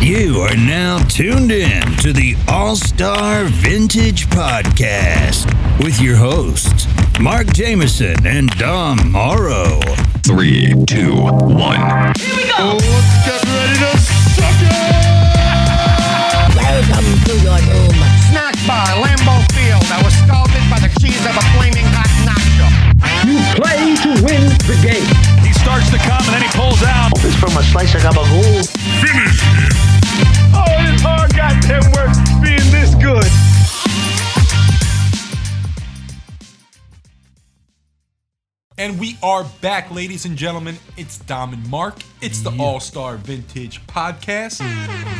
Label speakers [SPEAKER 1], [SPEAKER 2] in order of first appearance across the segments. [SPEAKER 1] You are now tuned in to the All Star Vintage Podcast with your hosts, Mark Jameson and Dom Morrow.
[SPEAKER 2] Three, two, one.
[SPEAKER 3] Get ready to suck it!
[SPEAKER 4] Welcome to your room.
[SPEAKER 3] Snack bar, Lambeau Field. I was scalded by the cheese of a flaming hot nacho.
[SPEAKER 5] He starts to come and then he pulls out.
[SPEAKER 3] Oh, it's hard goddamn work being this good.
[SPEAKER 6] And we are back, ladies and gentlemen. It's Dom and Mark. It's the All Star Vintage Podcast.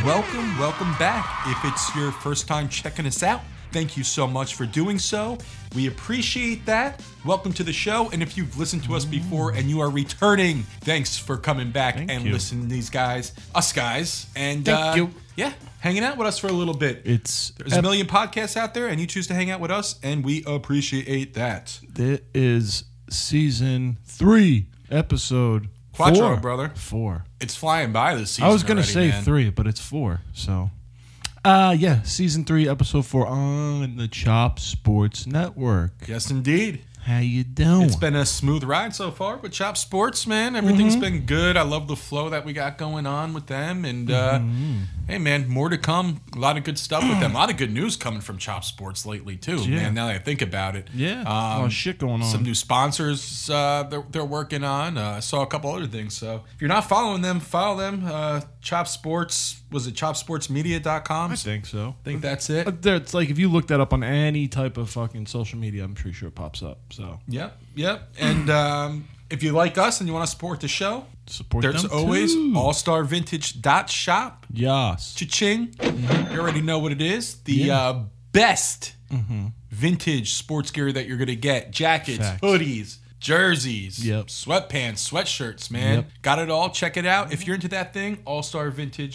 [SPEAKER 6] Welcome, welcome back. If it's your first time checking us out, thank you so much for doing so. We appreciate that. Welcome to the show. And if you've listened to
[SPEAKER 7] Mm.
[SPEAKER 6] us before and you are returning, thanks for coming back and listening to these guys, us guys. And uh,
[SPEAKER 7] Thank you.
[SPEAKER 6] yeah, hanging out with us for a little bit.
[SPEAKER 7] It's
[SPEAKER 6] There's a million podcasts out there, and you choose to hang out with us, and we appreciate that.
[SPEAKER 7] It is season three, episode
[SPEAKER 6] Quattro,
[SPEAKER 7] four.
[SPEAKER 6] brother.
[SPEAKER 7] Four.
[SPEAKER 6] It's flying by this season.
[SPEAKER 7] I was gonna
[SPEAKER 6] already,
[SPEAKER 7] say
[SPEAKER 6] man.
[SPEAKER 7] three, but it's four. So, uh, yeah, season three, episode four on the Chop Sports Network.
[SPEAKER 6] Yes, indeed.
[SPEAKER 7] How you doing?
[SPEAKER 6] It's been a smooth ride so far with Chop Sports, man. Everything's
[SPEAKER 7] Mm-hmm.
[SPEAKER 6] been good. I love the flow that we got going on with them. And uh,
[SPEAKER 7] Mm-hmm.
[SPEAKER 6] hey, man, more to come. A lot of good stuff with them. A lot of good news coming from Chop Sports lately, too,
[SPEAKER 7] Yeah.
[SPEAKER 6] man. Now that I think about it.
[SPEAKER 7] yeah, a
[SPEAKER 6] Um,
[SPEAKER 7] lot of shit going on.
[SPEAKER 6] Some new sponsors uh, they're, they're working on. Uh, I saw a couple other things. So if you're not following them, follow them. Uh, Chop Sports, was it chopsportsmedia.com?
[SPEAKER 7] I think so.
[SPEAKER 6] think that's it.
[SPEAKER 7] Uh, there- It's like if you look that up on any type of fucking social media, I'm pretty sure it pops up. So
[SPEAKER 6] Yep, yep. And um, if you like us and you want to support the show,
[SPEAKER 7] support
[SPEAKER 6] there's
[SPEAKER 7] them
[SPEAKER 6] always
[SPEAKER 7] too.
[SPEAKER 6] allstarvintage.shop.
[SPEAKER 7] yes.
[SPEAKER 6] Cha-ching.
[SPEAKER 7] Mm-hmm.
[SPEAKER 6] You already know what it is. The uh, best vintage sports gear that you're going to get. Jackets,
[SPEAKER 7] Mm-hmm. Facts.
[SPEAKER 6] hoodies, jerseys,
[SPEAKER 7] Yep.
[SPEAKER 6] sweatpants, sweatshirts, man.
[SPEAKER 7] Yep.
[SPEAKER 6] Got it all. Check it out. If you're into that thing,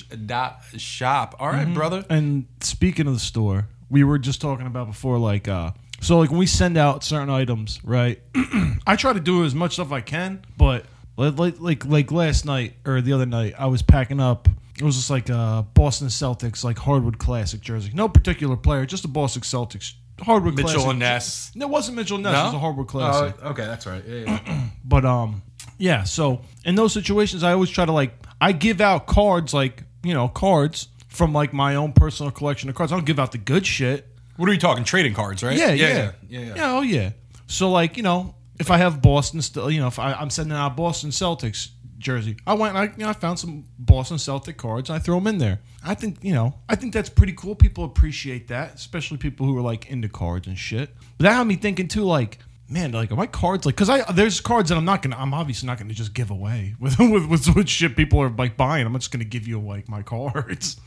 [SPEAKER 6] allstarvintage.shop. All
[SPEAKER 7] Mm-hmm.
[SPEAKER 6] right, brother.
[SPEAKER 7] And speaking of the store, we were just talking about before, like, uh, so like when we send out certain items, right? I try to do as much stuff I can, but like like like, like last night or the other night, I was packing up. It was just like uh Boston Celtics, like hardwood classic jersey. No particular player, just a Boston Celtics hardwood
[SPEAKER 6] Mitchell
[SPEAKER 7] classic.
[SPEAKER 6] and Ness.
[SPEAKER 7] No, it wasn't Mitchell and Ness. It was a hardwood classic.
[SPEAKER 6] Oh, okay, that's right. Yeah, yeah.
[SPEAKER 7] But um, yeah. So in those situations, I always try to like I give out cards, like you know, cards from like my own personal collection of cards. I don't give out the good shit.
[SPEAKER 6] What are we talking? Trading cards, right?
[SPEAKER 7] Yeah,
[SPEAKER 6] yeah,
[SPEAKER 7] yeah,
[SPEAKER 6] yeah. yeah.
[SPEAKER 7] oh yeah. So like you know, if I have Boston, still you know, if I, I'm sending out a Boston Celtics jersey, I went and I you know I found some Boston Celtic cards and I throw them in there. I think you know I think that's pretty cool. People appreciate that, especially people who are like into cards and shit. But that had me thinking too, like. Man, like are my cards like because I there's cards that I'm not gonna I'm obviously not gonna just give away with with with, with shit people are like buying. I'm just gonna give you like my cards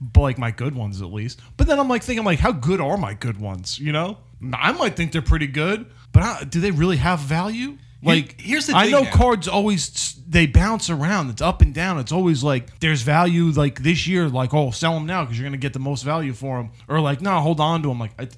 [SPEAKER 7] but like my good ones at least. But then I'm like thinking, like, how good are my good ones? You know, I might think they're pretty good, but I, do they really have value? Like,
[SPEAKER 6] here's the
[SPEAKER 7] I
[SPEAKER 6] thing
[SPEAKER 7] know
[SPEAKER 6] now.
[SPEAKER 7] cards always they bounce around. It's up and down. It's always like there's value. Like this year, like oh, sell them now because you're gonna get the most value for them, or like no, hold on to them. Like I,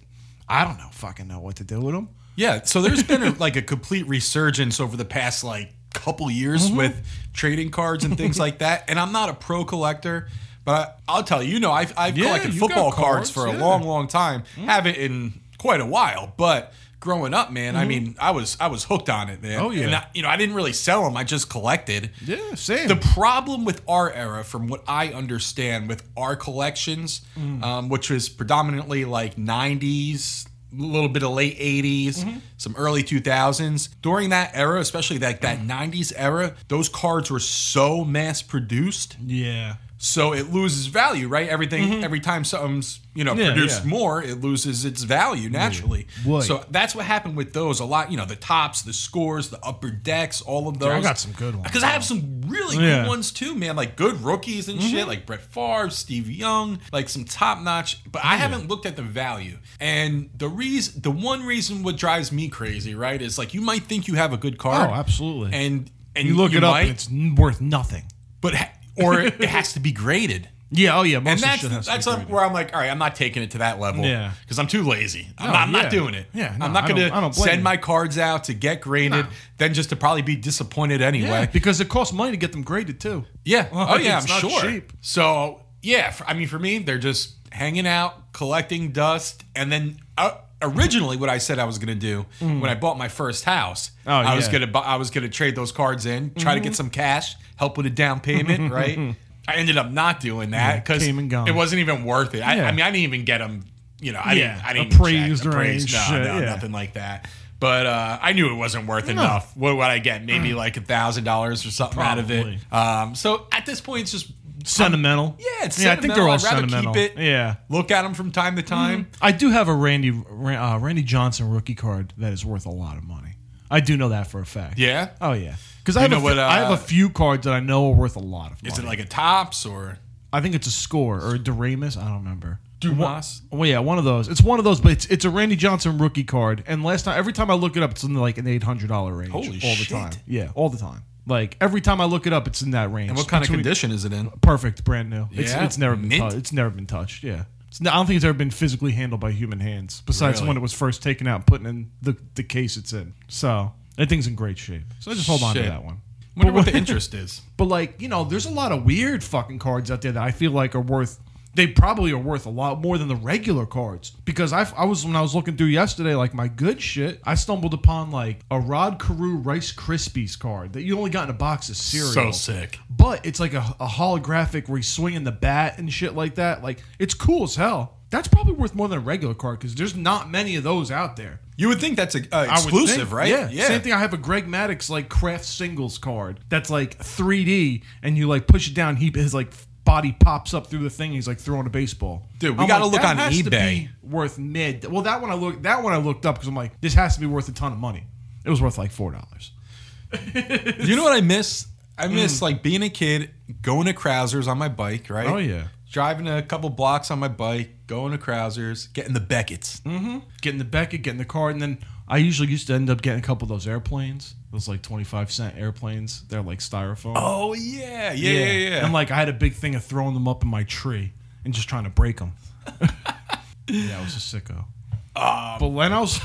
[SPEAKER 7] I don't know, fucking know what to do with them.
[SPEAKER 6] Yeah, so there's been a, like a complete resurgence over the past like couple years
[SPEAKER 7] Mm-hmm.
[SPEAKER 6] with trading cards and things like that. And I'm not a pro collector, but I, I'll tell you, you know, I've, I've
[SPEAKER 7] Yeah,
[SPEAKER 6] collected
[SPEAKER 7] you got
[SPEAKER 6] football
[SPEAKER 7] cards,
[SPEAKER 6] cards, for
[SPEAKER 7] yeah. Mm.
[SPEAKER 6] a long, long time. Haven't in quite a while, but growing up, man, I mean, I was I was hooked on it, man.
[SPEAKER 7] Mm-hmm. Oh, yeah.
[SPEAKER 6] and I, you know, I didn't really sell them; I just collected.
[SPEAKER 7] Yeah, same.
[SPEAKER 6] The problem with our era, from what I understand, with our collections, um, which was predominantly like 90s, a little bit of late 80s, some early 2000s, during that era, especially like that 90s era, those cards were so mass produced.
[SPEAKER 7] yeah,
[SPEAKER 6] So it loses value, right? Everything, every time something's, you know,
[SPEAKER 7] Mm-hmm. Yeah,
[SPEAKER 6] produced
[SPEAKER 7] yeah.
[SPEAKER 6] more, it loses its value naturally.
[SPEAKER 7] Right.
[SPEAKER 6] So that's what happened with those a lot, you know, the tops, the scores, the upper decks, all of those.
[SPEAKER 7] I got some good ones,
[SPEAKER 6] Because I have some really
[SPEAKER 7] Yeah. Mm-hmm.
[SPEAKER 6] good ones too, man. Like good rookies and shit, like Brett Favre, Steve Young, like some top notch. But I haven't looked at the value. And the reason, the one reason what drives me crazy, right, is like you might think you have a good card.
[SPEAKER 7] Oh, absolutely.
[SPEAKER 6] And, and
[SPEAKER 7] you look it up
[SPEAKER 6] might,
[SPEAKER 7] and it's n- worth nothing.
[SPEAKER 6] but ha- or it has to be graded.
[SPEAKER 7] Yeah, oh yeah,
[SPEAKER 6] And
[SPEAKER 7] most of the shit
[SPEAKER 6] that's
[SPEAKER 7] has to be
[SPEAKER 6] that's up
[SPEAKER 7] graded.
[SPEAKER 6] where I'm like, all right, I'm not taking it to that level,
[SPEAKER 7] Yeah.
[SPEAKER 6] because I'm too lazy. I'm,
[SPEAKER 7] No,
[SPEAKER 6] not, I'm
[SPEAKER 7] yeah.
[SPEAKER 6] not doing it.
[SPEAKER 7] Yeah, no,
[SPEAKER 6] I'm
[SPEAKER 7] I
[SPEAKER 6] not
[SPEAKER 7] don't-
[SPEAKER 6] going
[SPEAKER 7] I don't
[SPEAKER 6] to
[SPEAKER 7] blame
[SPEAKER 6] send
[SPEAKER 7] you.
[SPEAKER 6] my cards out to get graded, then just to probably be disappointed anyway.
[SPEAKER 7] because it costs money to get them graded too.
[SPEAKER 6] Yeah.
[SPEAKER 7] Well,
[SPEAKER 6] oh yeah, I'm
[SPEAKER 7] it's not
[SPEAKER 6] sure.
[SPEAKER 7] cheap.
[SPEAKER 6] So yeah, for, I mean, for me, they're just hanging out, collecting dust, and then uh, originally, what I said I was going to do when I bought my first house,
[SPEAKER 7] Mm. Oh,
[SPEAKER 6] I was
[SPEAKER 7] yeah. Mm-hmm.
[SPEAKER 6] going to I was going to trade those cards in, try to get some cash, help with a down payment, right? I ended up not doing that because
[SPEAKER 7] came and gone.
[SPEAKER 6] it wasn't even worth it. I,
[SPEAKER 7] Yeah.
[SPEAKER 6] I mean, I didn't even get them. You know, I
[SPEAKER 7] Yeah,
[SPEAKER 6] didn't. I didn't
[SPEAKER 7] appraised
[SPEAKER 6] check,
[SPEAKER 7] or any
[SPEAKER 6] No,
[SPEAKER 7] shit,
[SPEAKER 6] no,
[SPEAKER 7] yeah.
[SPEAKER 6] nothing like that. But uh, I knew it wasn't worth enough. What would I get? Maybe like a thousand dollars or something out
[SPEAKER 7] Mm. Probably.
[SPEAKER 6] of it. Um, so at this point, it's just
[SPEAKER 7] Sentimental.
[SPEAKER 6] yeah, it's
[SPEAKER 7] I think they're
[SPEAKER 6] sentimental.
[SPEAKER 7] all
[SPEAKER 6] I'd rather
[SPEAKER 7] sentimental.
[SPEAKER 6] keep it.
[SPEAKER 7] Yeah.
[SPEAKER 6] look at them from time to time.
[SPEAKER 7] I do have a Randy Ra- uh, Randy Johnson rookie card that is worth a lot of money. I do know that for a fact.
[SPEAKER 6] Yeah?
[SPEAKER 7] Oh yeah. Because
[SPEAKER 6] You
[SPEAKER 7] I have
[SPEAKER 6] know
[SPEAKER 7] a, fe-
[SPEAKER 6] what, uh,
[SPEAKER 7] I have a few cards that I know are worth a lot of money.
[SPEAKER 6] Is it like a tops or
[SPEAKER 7] I think it's a score or a Doremus. I don't remember.
[SPEAKER 6] Dumas?
[SPEAKER 7] Well, yeah, one of those. It's one of those, but it's it's a Randy Johnson rookie card. And last time, every time I look it up, it's in like an eight hundred dollar range.
[SPEAKER 6] Holy
[SPEAKER 7] all
[SPEAKER 6] shit.
[SPEAKER 7] the time. Yeah, all the time. Like every time I look it up, it's in that range.
[SPEAKER 6] And what kind of
[SPEAKER 7] Between-
[SPEAKER 6] condition is it in?
[SPEAKER 7] Perfect, brand new. It's,
[SPEAKER 6] Yeah?
[SPEAKER 7] it's never been
[SPEAKER 6] Mint?
[SPEAKER 7] touched. It's never been touched. Yeah. It's, I don't think it's ever been physically handled by human hands, besides
[SPEAKER 6] Really?
[SPEAKER 7] when it was first taken out and put in the, the case it's in. So that thing's in great shape. So I just hold on to
[SPEAKER 6] Shit.
[SPEAKER 7] that one.
[SPEAKER 6] Wonder what the interest is.
[SPEAKER 7] But like, you know, there's a lot of weird fucking cards out there that I feel like are worth. They probably are worth a lot more than the regular cards because I, I was when I was looking through yesterday, like my good shit, I stumbled upon like a Rod Carew Rice Krispies card that you only got in a box of cereal.
[SPEAKER 6] So sick.
[SPEAKER 7] But it's like a, a holographic where he's swinging the bat and shit like that. Like it's cool as hell. That's probably worth more than a regular card because there's not many of those out there.
[SPEAKER 6] You would think that's a, uh,
[SPEAKER 7] I would
[SPEAKER 6] exclusive,
[SPEAKER 7] think.
[SPEAKER 6] right?
[SPEAKER 7] Yeah. Same thing. I have a Greg Maddox like craft singles card that's like 3D, and you like push it down. He his like body pops up through the thing. He's like throwing a baseball.
[SPEAKER 6] Dude, we gotta look
[SPEAKER 7] that
[SPEAKER 6] on
[SPEAKER 7] has to
[SPEAKER 6] eBay.
[SPEAKER 7] be worth mid. Well, that one I looked. That one I looked up because I'm like, this has to be worth a ton of money. It was worth like four dollars.
[SPEAKER 6] You know what I miss? I
[SPEAKER 7] Mm.
[SPEAKER 6] miss like being a kid, going to Krausers on my bike, right?
[SPEAKER 7] Oh, yeah.
[SPEAKER 6] Driving a couple blocks on my bike, going to Krausers, getting the Beckett's.
[SPEAKER 7] Mm. Getting the Beckett, getting the card, and then I usually used to end up getting a couple of those airplanes. Those like 25 cent airplanes. They're like styrofoam.
[SPEAKER 6] Oh yeah, yeah, yeah, yeah.
[SPEAKER 7] And like I had a big thing of throwing them up in my tree and just trying to break them. yeah, I was a sicko. but when I was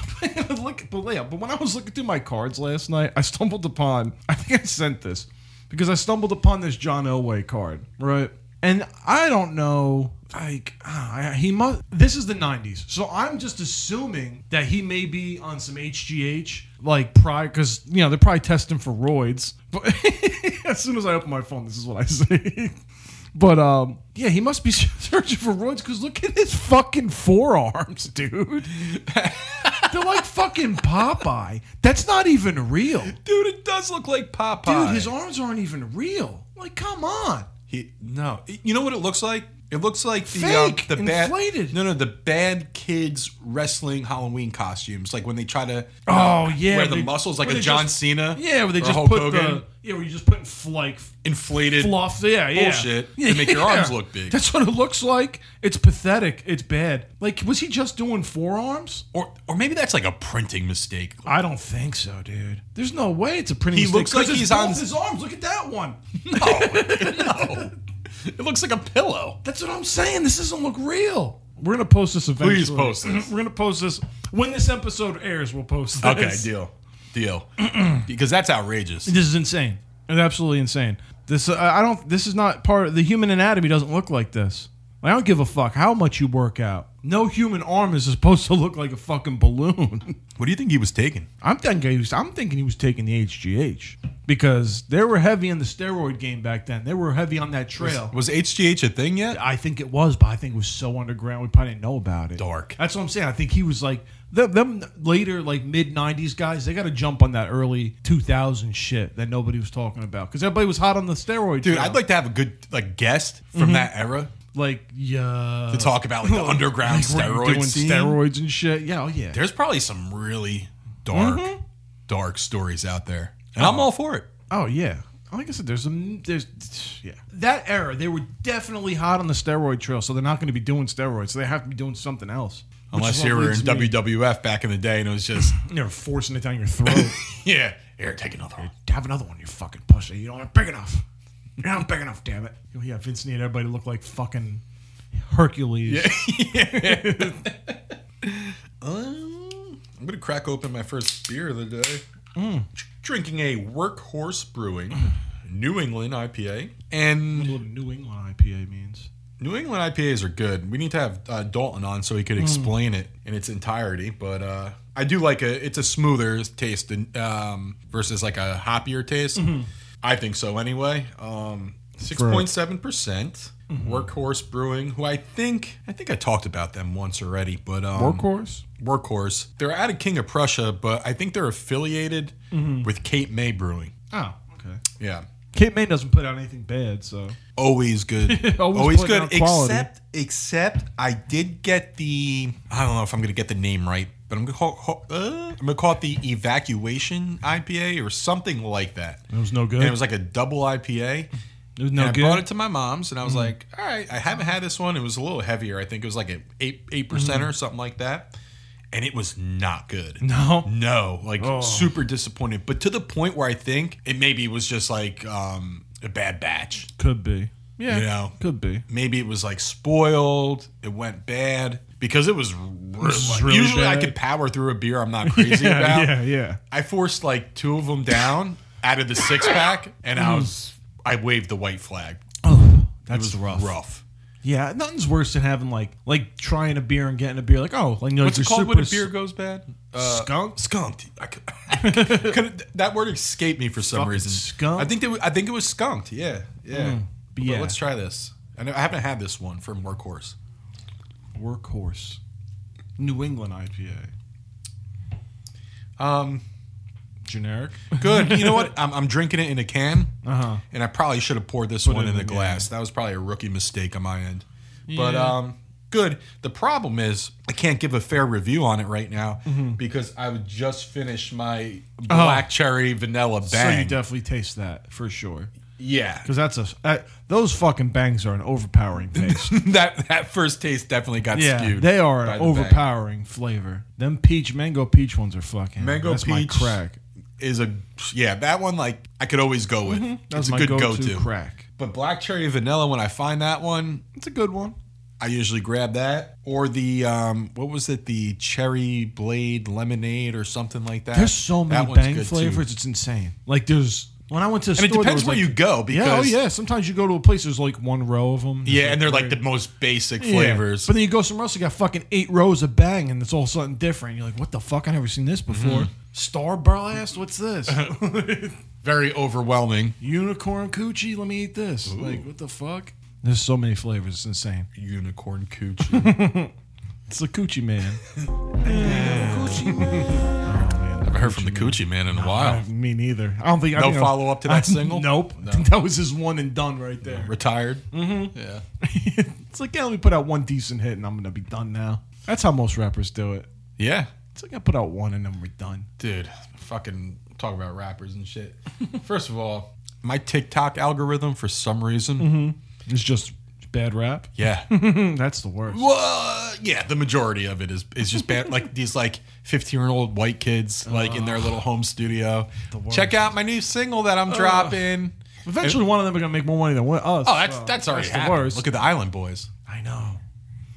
[SPEAKER 7] look, but yeah, but when I was looking through my cards last night, I stumbled upon. I think I sent this because I stumbled upon this John Elway card, right? And I don't know, like ah, I- he must. This is the '90s, so I'm just assuming that he may be on some HGH, like prior, because you know they're probably testing for roids. But as soon as I open my phone, this is what I see. But um, yeah, he must be searching for roids because look at his fucking forearms, dude. They're like fucking Popeye. That's not even real, dude.
[SPEAKER 6] Dude, it does look like Popeye.
[SPEAKER 7] His arms aren't even real. Like, come on.
[SPEAKER 6] He, no, you know what it looks like? It looks like the
[SPEAKER 7] Fake,
[SPEAKER 6] um, the bad
[SPEAKER 7] inflated.
[SPEAKER 6] no no the bad kids wrestling Halloween costumes like when they try to
[SPEAKER 7] Oh yeah,
[SPEAKER 6] wear the
[SPEAKER 7] they-
[SPEAKER 6] muscles like
[SPEAKER 7] where
[SPEAKER 6] a
[SPEAKER 7] they
[SPEAKER 6] John
[SPEAKER 7] just-
[SPEAKER 6] Cena
[SPEAKER 7] Yeah, where they
[SPEAKER 6] or
[SPEAKER 7] just
[SPEAKER 6] Hulk
[SPEAKER 7] put
[SPEAKER 6] Hogan
[SPEAKER 7] the yeah, where you just putting like
[SPEAKER 6] inflated
[SPEAKER 7] fluff. Yeah, yeah,
[SPEAKER 6] Bullshit to make your arms look big.
[SPEAKER 7] That's what it looks like. It's pathetic. It's bad. Like, was he just doing forearms?
[SPEAKER 6] or or maybe that's like a printing mistake.
[SPEAKER 7] I don't think so, dude. There's no way it's a pretty.
[SPEAKER 6] He
[SPEAKER 7] mistake,
[SPEAKER 6] looks like
[SPEAKER 7] 'cause it's
[SPEAKER 6] he's on-
[SPEAKER 7] both his arms. Look at that one.
[SPEAKER 6] No, it looks like a pillow.
[SPEAKER 7] That's what I'm saying. This doesn't look real. We're gonna post this eventually.
[SPEAKER 6] Please post this.
[SPEAKER 7] We're gonna post this when this episode airs. We'll post this.
[SPEAKER 6] Okay, deal, deal, because that's outrageous.
[SPEAKER 7] This is insane. It's absolutely insane. This uh, I don't. This is not part of the human anatomy. Doesn't look like this. I don't give a fuck how much you work out. No human arm is supposed to look like a fucking balloon.
[SPEAKER 6] What do you think he was taking?
[SPEAKER 7] I'm thinking he was, I'm thinking he was taking the HGH because they were heavy in the steroid game back then. They were heavy on that trail.
[SPEAKER 6] Was HGH a thing yet?
[SPEAKER 7] I think it was, but I think it was so underground we probably didn't know about it.
[SPEAKER 6] Dark.
[SPEAKER 7] That's what I'm saying. I think he was like them, them later, like mid '90s guys. They got to jump on that early 2000 shit that nobody was talking about because everybody was hot on the steroid.
[SPEAKER 6] Dude,
[SPEAKER 7] trail.
[SPEAKER 6] I'd like to have a good like guest from that era
[SPEAKER 7] like yeah,
[SPEAKER 6] to talk about like the underground
[SPEAKER 7] Like, were you
[SPEAKER 6] steroid
[SPEAKER 7] doing
[SPEAKER 6] scene.
[SPEAKER 7] steroids and shit. Yeah, oh yeah.
[SPEAKER 6] There's probably some really dark, dark stories out there, and I'm all for it.
[SPEAKER 7] Oh yeah. Like I said, there's some there's yeah that era. They were definitely hot on the steroid trail, so they're not going to be doing steroids. So they have to be doing something else. which
[SPEAKER 6] Unless
[SPEAKER 7] is what
[SPEAKER 6] you were in E.
[SPEAKER 7] leads me-
[SPEAKER 6] WWF back in the day, and it was just
[SPEAKER 7] they're forcing it down your throat.
[SPEAKER 6] yeah, here, take another one.
[SPEAKER 7] have another one, you fucking pussy. You aren't big enough. You're not big enough, damn it. Yeah, Vince needed everybody to look like fucking Hercules.
[SPEAKER 6] Um, I'm gonna crack open my first beer of the day. Mm. Drinking a Mm. Workhorse Brewing New England IPA, and
[SPEAKER 7] What New England IPA means.
[SPEAKER 6] New England IPAs are good. We need to have uh, Dalton on so he could explain it in its entirety. But uh, I do like a it's a smoother taste than, um, versus like a hoppier taste. I think so anyway. Um, Six point seven percent. Workhorse Brewing, who I think I think I talked about them once already, but um,
[SPEAKER 7] Workhorse?
[SPEAKER 6] Workhorse. They're out of King of Prussia, but I think they're affiliated with Cape May Brewing.
[SPEAKER 7] Oh, okay.
[SPEAKER 6] Yeah.
[SPEAKER 7] Cape May doesn't put out anything bad, so
[SPEAKER 6] Always good.
[SPEAKER 7] Always
[SPEAKER 6] Always,
[SPEAKER 7] putting
[SPEAKER 6] good.
[SPEAKER 7] out quality.
[SPEAKER 6] Except, except I did get the. I don't know if I'm going to get the name right, but I'm going to call. Uh, I'm going to call it the evacuation IPA or something like that.
[SPEAKER 7] it was no good.
[SPEAKER 6] And it was like a double IPA.
[SPEAKER 7] It was no
[SPEAKER 6] and I
[SPEAKER 7] good. Mm.
[SPEAKER 6] brought it to my mom's, and I was like, "All right, I haven't had this one. It was a little heavier. I think it was like an eight eight percent
[SPEAKER 7] Mm.
[SPEAKER 6] or something like that." And it was not good.
[SPEAKER 7] No? Oh.
[SPEAKER 6] no, like super disappointed. But to the point where I think it maybe was just like um, a bad batch.
[SPEAKER 7] could be. Yeah,
[SPEAKER 6] You know.
[SPEAKER 7] could be.
[SPEAKER 6] Maybe it was like spoiled. It went bad because it was. re-
[SPEAKER 7] is
[SPEAKER 6] like-
[SPEAKER 7] really
[SPEAKER 6] usually, I
[SPEAKER 7] bad.
[SPEAKER 6] could power through a beer I'm not crazy
[SPEAKER 7] Yeah,
[SPEAKER 6] about.
[SPEAKER 7] yeah, yeah.
[SPEAKER 6] I forced like two of them down out of the six pack, and I was I waved the white flag. It
[SPEAKER 7] That's
[SPEAKER 6] was rough. Rough.
[SPEAKER 7] Yeah, nothing's worse than having like like trying a beer and getting a beer like oh like you know,
[SPEAKER 6] What's
[SPEAKER 7] you're
[SPEAKER 6] it called
[SPEAKER 7] super
[SPEAKER 6] when a beer goes bad? Uh,
[SPEAKER 7] skunk.
[SPEAKER 6] skunked. I could, could- that word escaped me for some
[SPEAKER 7] Fucking
[SPEAKER 6] reason.
[SPEAKER 7] skunk.
[SPEAKER 6] I think they, were- I think it was skunked. Yeah, yeah. but
[SPEAKER 7] yeah.
[SPEAKER 6] let's try this. I, know, I haven't had this one from Workhorse.
[SPEAKER 7] Workhorse, New England IPA.
[SPEAKER 6] Um,
[SPEAKER 7] Generic.
[SPEAKER 6] good. You know what? I'm, I'm drinking it in a can,
[SPEAKER 7] Uh-huh.
[SPEAKER 6] and I probably should have poured this one
[SPEAKER 7] it
[SPEAKER 6] in
[SPEAKER 7] in
[SPEAKER 6] a
[SPEAKER 7] the
[SPEAKER 6] glass. That was probably a rookie mistake on my end. But
[SPEAKER 7] Yeah.
[SPEAKER 6] um, good. The problem is I can't give a fair review on it right now
[SPEAKER 7] Mm-hmm.
[SPEAKER 6] because I would just finish my black cherry vanilla
[SPEAKER 7] Oh. So you
[SPEAKER 6] bang.
[SPEAKER 7] definitely taste that for sure
[SPEAKER 6] yeah,
[SPEAKER 7] because that's a that, those fucking bangs are an overpowering taste.
[SPEAKER 6] that that first taste definitely got
[SPEAKER 7] yeah,
[SPEAKER 6] skewed.
[SPEAKER 7] they are
[SPEAKER 6] by the
[SPEAKER 7] an
[SPEAKER 6] bang.
[SPEAKER 7] overpowering flavor. Them peach mango peach ones are fucking
[SPEAKER 6] Mango
[SPEAKER 7] that's
[SPEAKER 6] peach.
[SPEAKER 7] my crack.
[SPEAKER 6] Is a yeah that one like I could always go with.
[SPEAKER 7] That's
[SPEAKER 6] it's a
[SPEAKER 7] Mm-hmm. my
[SPEAKER 6] good
[SPEAKER 7] go-to,
[SPEAKER 6] go-to.
[SPEAKER 7] crack.
[SPEAKER 6] But black cherry vanilla when I find that one,
[SPEAKER 7] It's a good one.
[SPEAKER 6] I usually grab that or the um, what was it? The cherry blade lemonade or something like that.
[SPEAKER 7] There's so many
[SPEAKER 6] That one's
[SPEAKER 7] bang
[SPEAKER 6] good,
[SPEAKER 7] flavors.
[SPEAKER 6] too.
[SPEAKER 7] It's insane. Like there's when I went to the
[SPEAKER 6] And it
[SPEAKER 7] store, there
[SPEAKER 6] depends
[SPEAKER 7] was,
[SPEAKER 6] where
[SPEAKER 7] like-
[SPEAKER 6] you go
[SPEAKER 7] yeah, oh
[SPEAKER 6] because
[SPEAKER 7] yeah. Sometimes you go to a place. There's like one row of them.
[SPEAKER 6] yeah, and they're like the most basic
[SPEAKER 7] Yeah.
[SPEAKER 6] flavors.
[SPEAKER 7] But then you go somewhere else, you got fucking eight rows of bang, and it's all something different. You're like, what the fuck? I never seen this before.
[SPEAKER 6] Mm-hmm.
[SPEAKER 7] Star Blast? What's this?
[SPEAKER 6] Very overwhelming.
[SPEAKER 7] Unicorn coochie? Let me eat this. Like, what the fuck? There's so many flavors. It's insane.
[SPEAKER 6] Unicorn coochie.
[SPEAKER 7] It's the coochie man.
[SPEAKER 6] I've heard from the coochie man in a while.
[SPEAKER 7] Uh, me neither. I don't think I
[SPEAKER 6] No
[SPEAKER 7] think I-
[SPEAKER 6] follow-up to that
[SPEAKER 7] I-
[SPEAKER 6] single?
[SPEAKER 7] Nope.
[SPEAKER 6] No.
[SPEAKER 7] I think that was his one and done right there.
[SPEAKER 6] Retired. Mm-hmm. Yeah.
[SPEAKER 7] it's like, yeah, let me put out one decent hit, and I'm gonna be done now. That's how most rappers do it.
[SPEAKER 6] Yeah.
[SPEAKER 7] It's like I put out one, and then we're done.
[SPEAKER 6] Dude, fucking talk about rappers and shit. First of all, my TikTok algorithm for some reason.
[SPEAKER 7] Mm-hmm. It's just bad rap. Hmm,
[SPEAKER 6] Yeah.
[SPEAKER 7] That's the worst.
[SPEAKER 6] Well, yeah, the majority of it is is just bad. like these like fifteen year old white kids like in their little home studio. Check out my new single that I'm dropping.
[SPEAKER 7] Eventually, one of them are gonna make more money than one us.
[SPEAKER 6] Oh, that's
[SPEAKER 7] so
[SPEAKER 6] that's already
[SPEAKER 7] the
[SPEAKER 6] happened.
[SPEAKER 7] worst.
[SPEAKER 6] Look at the Island Boys.
[SPEAKER 7] I know,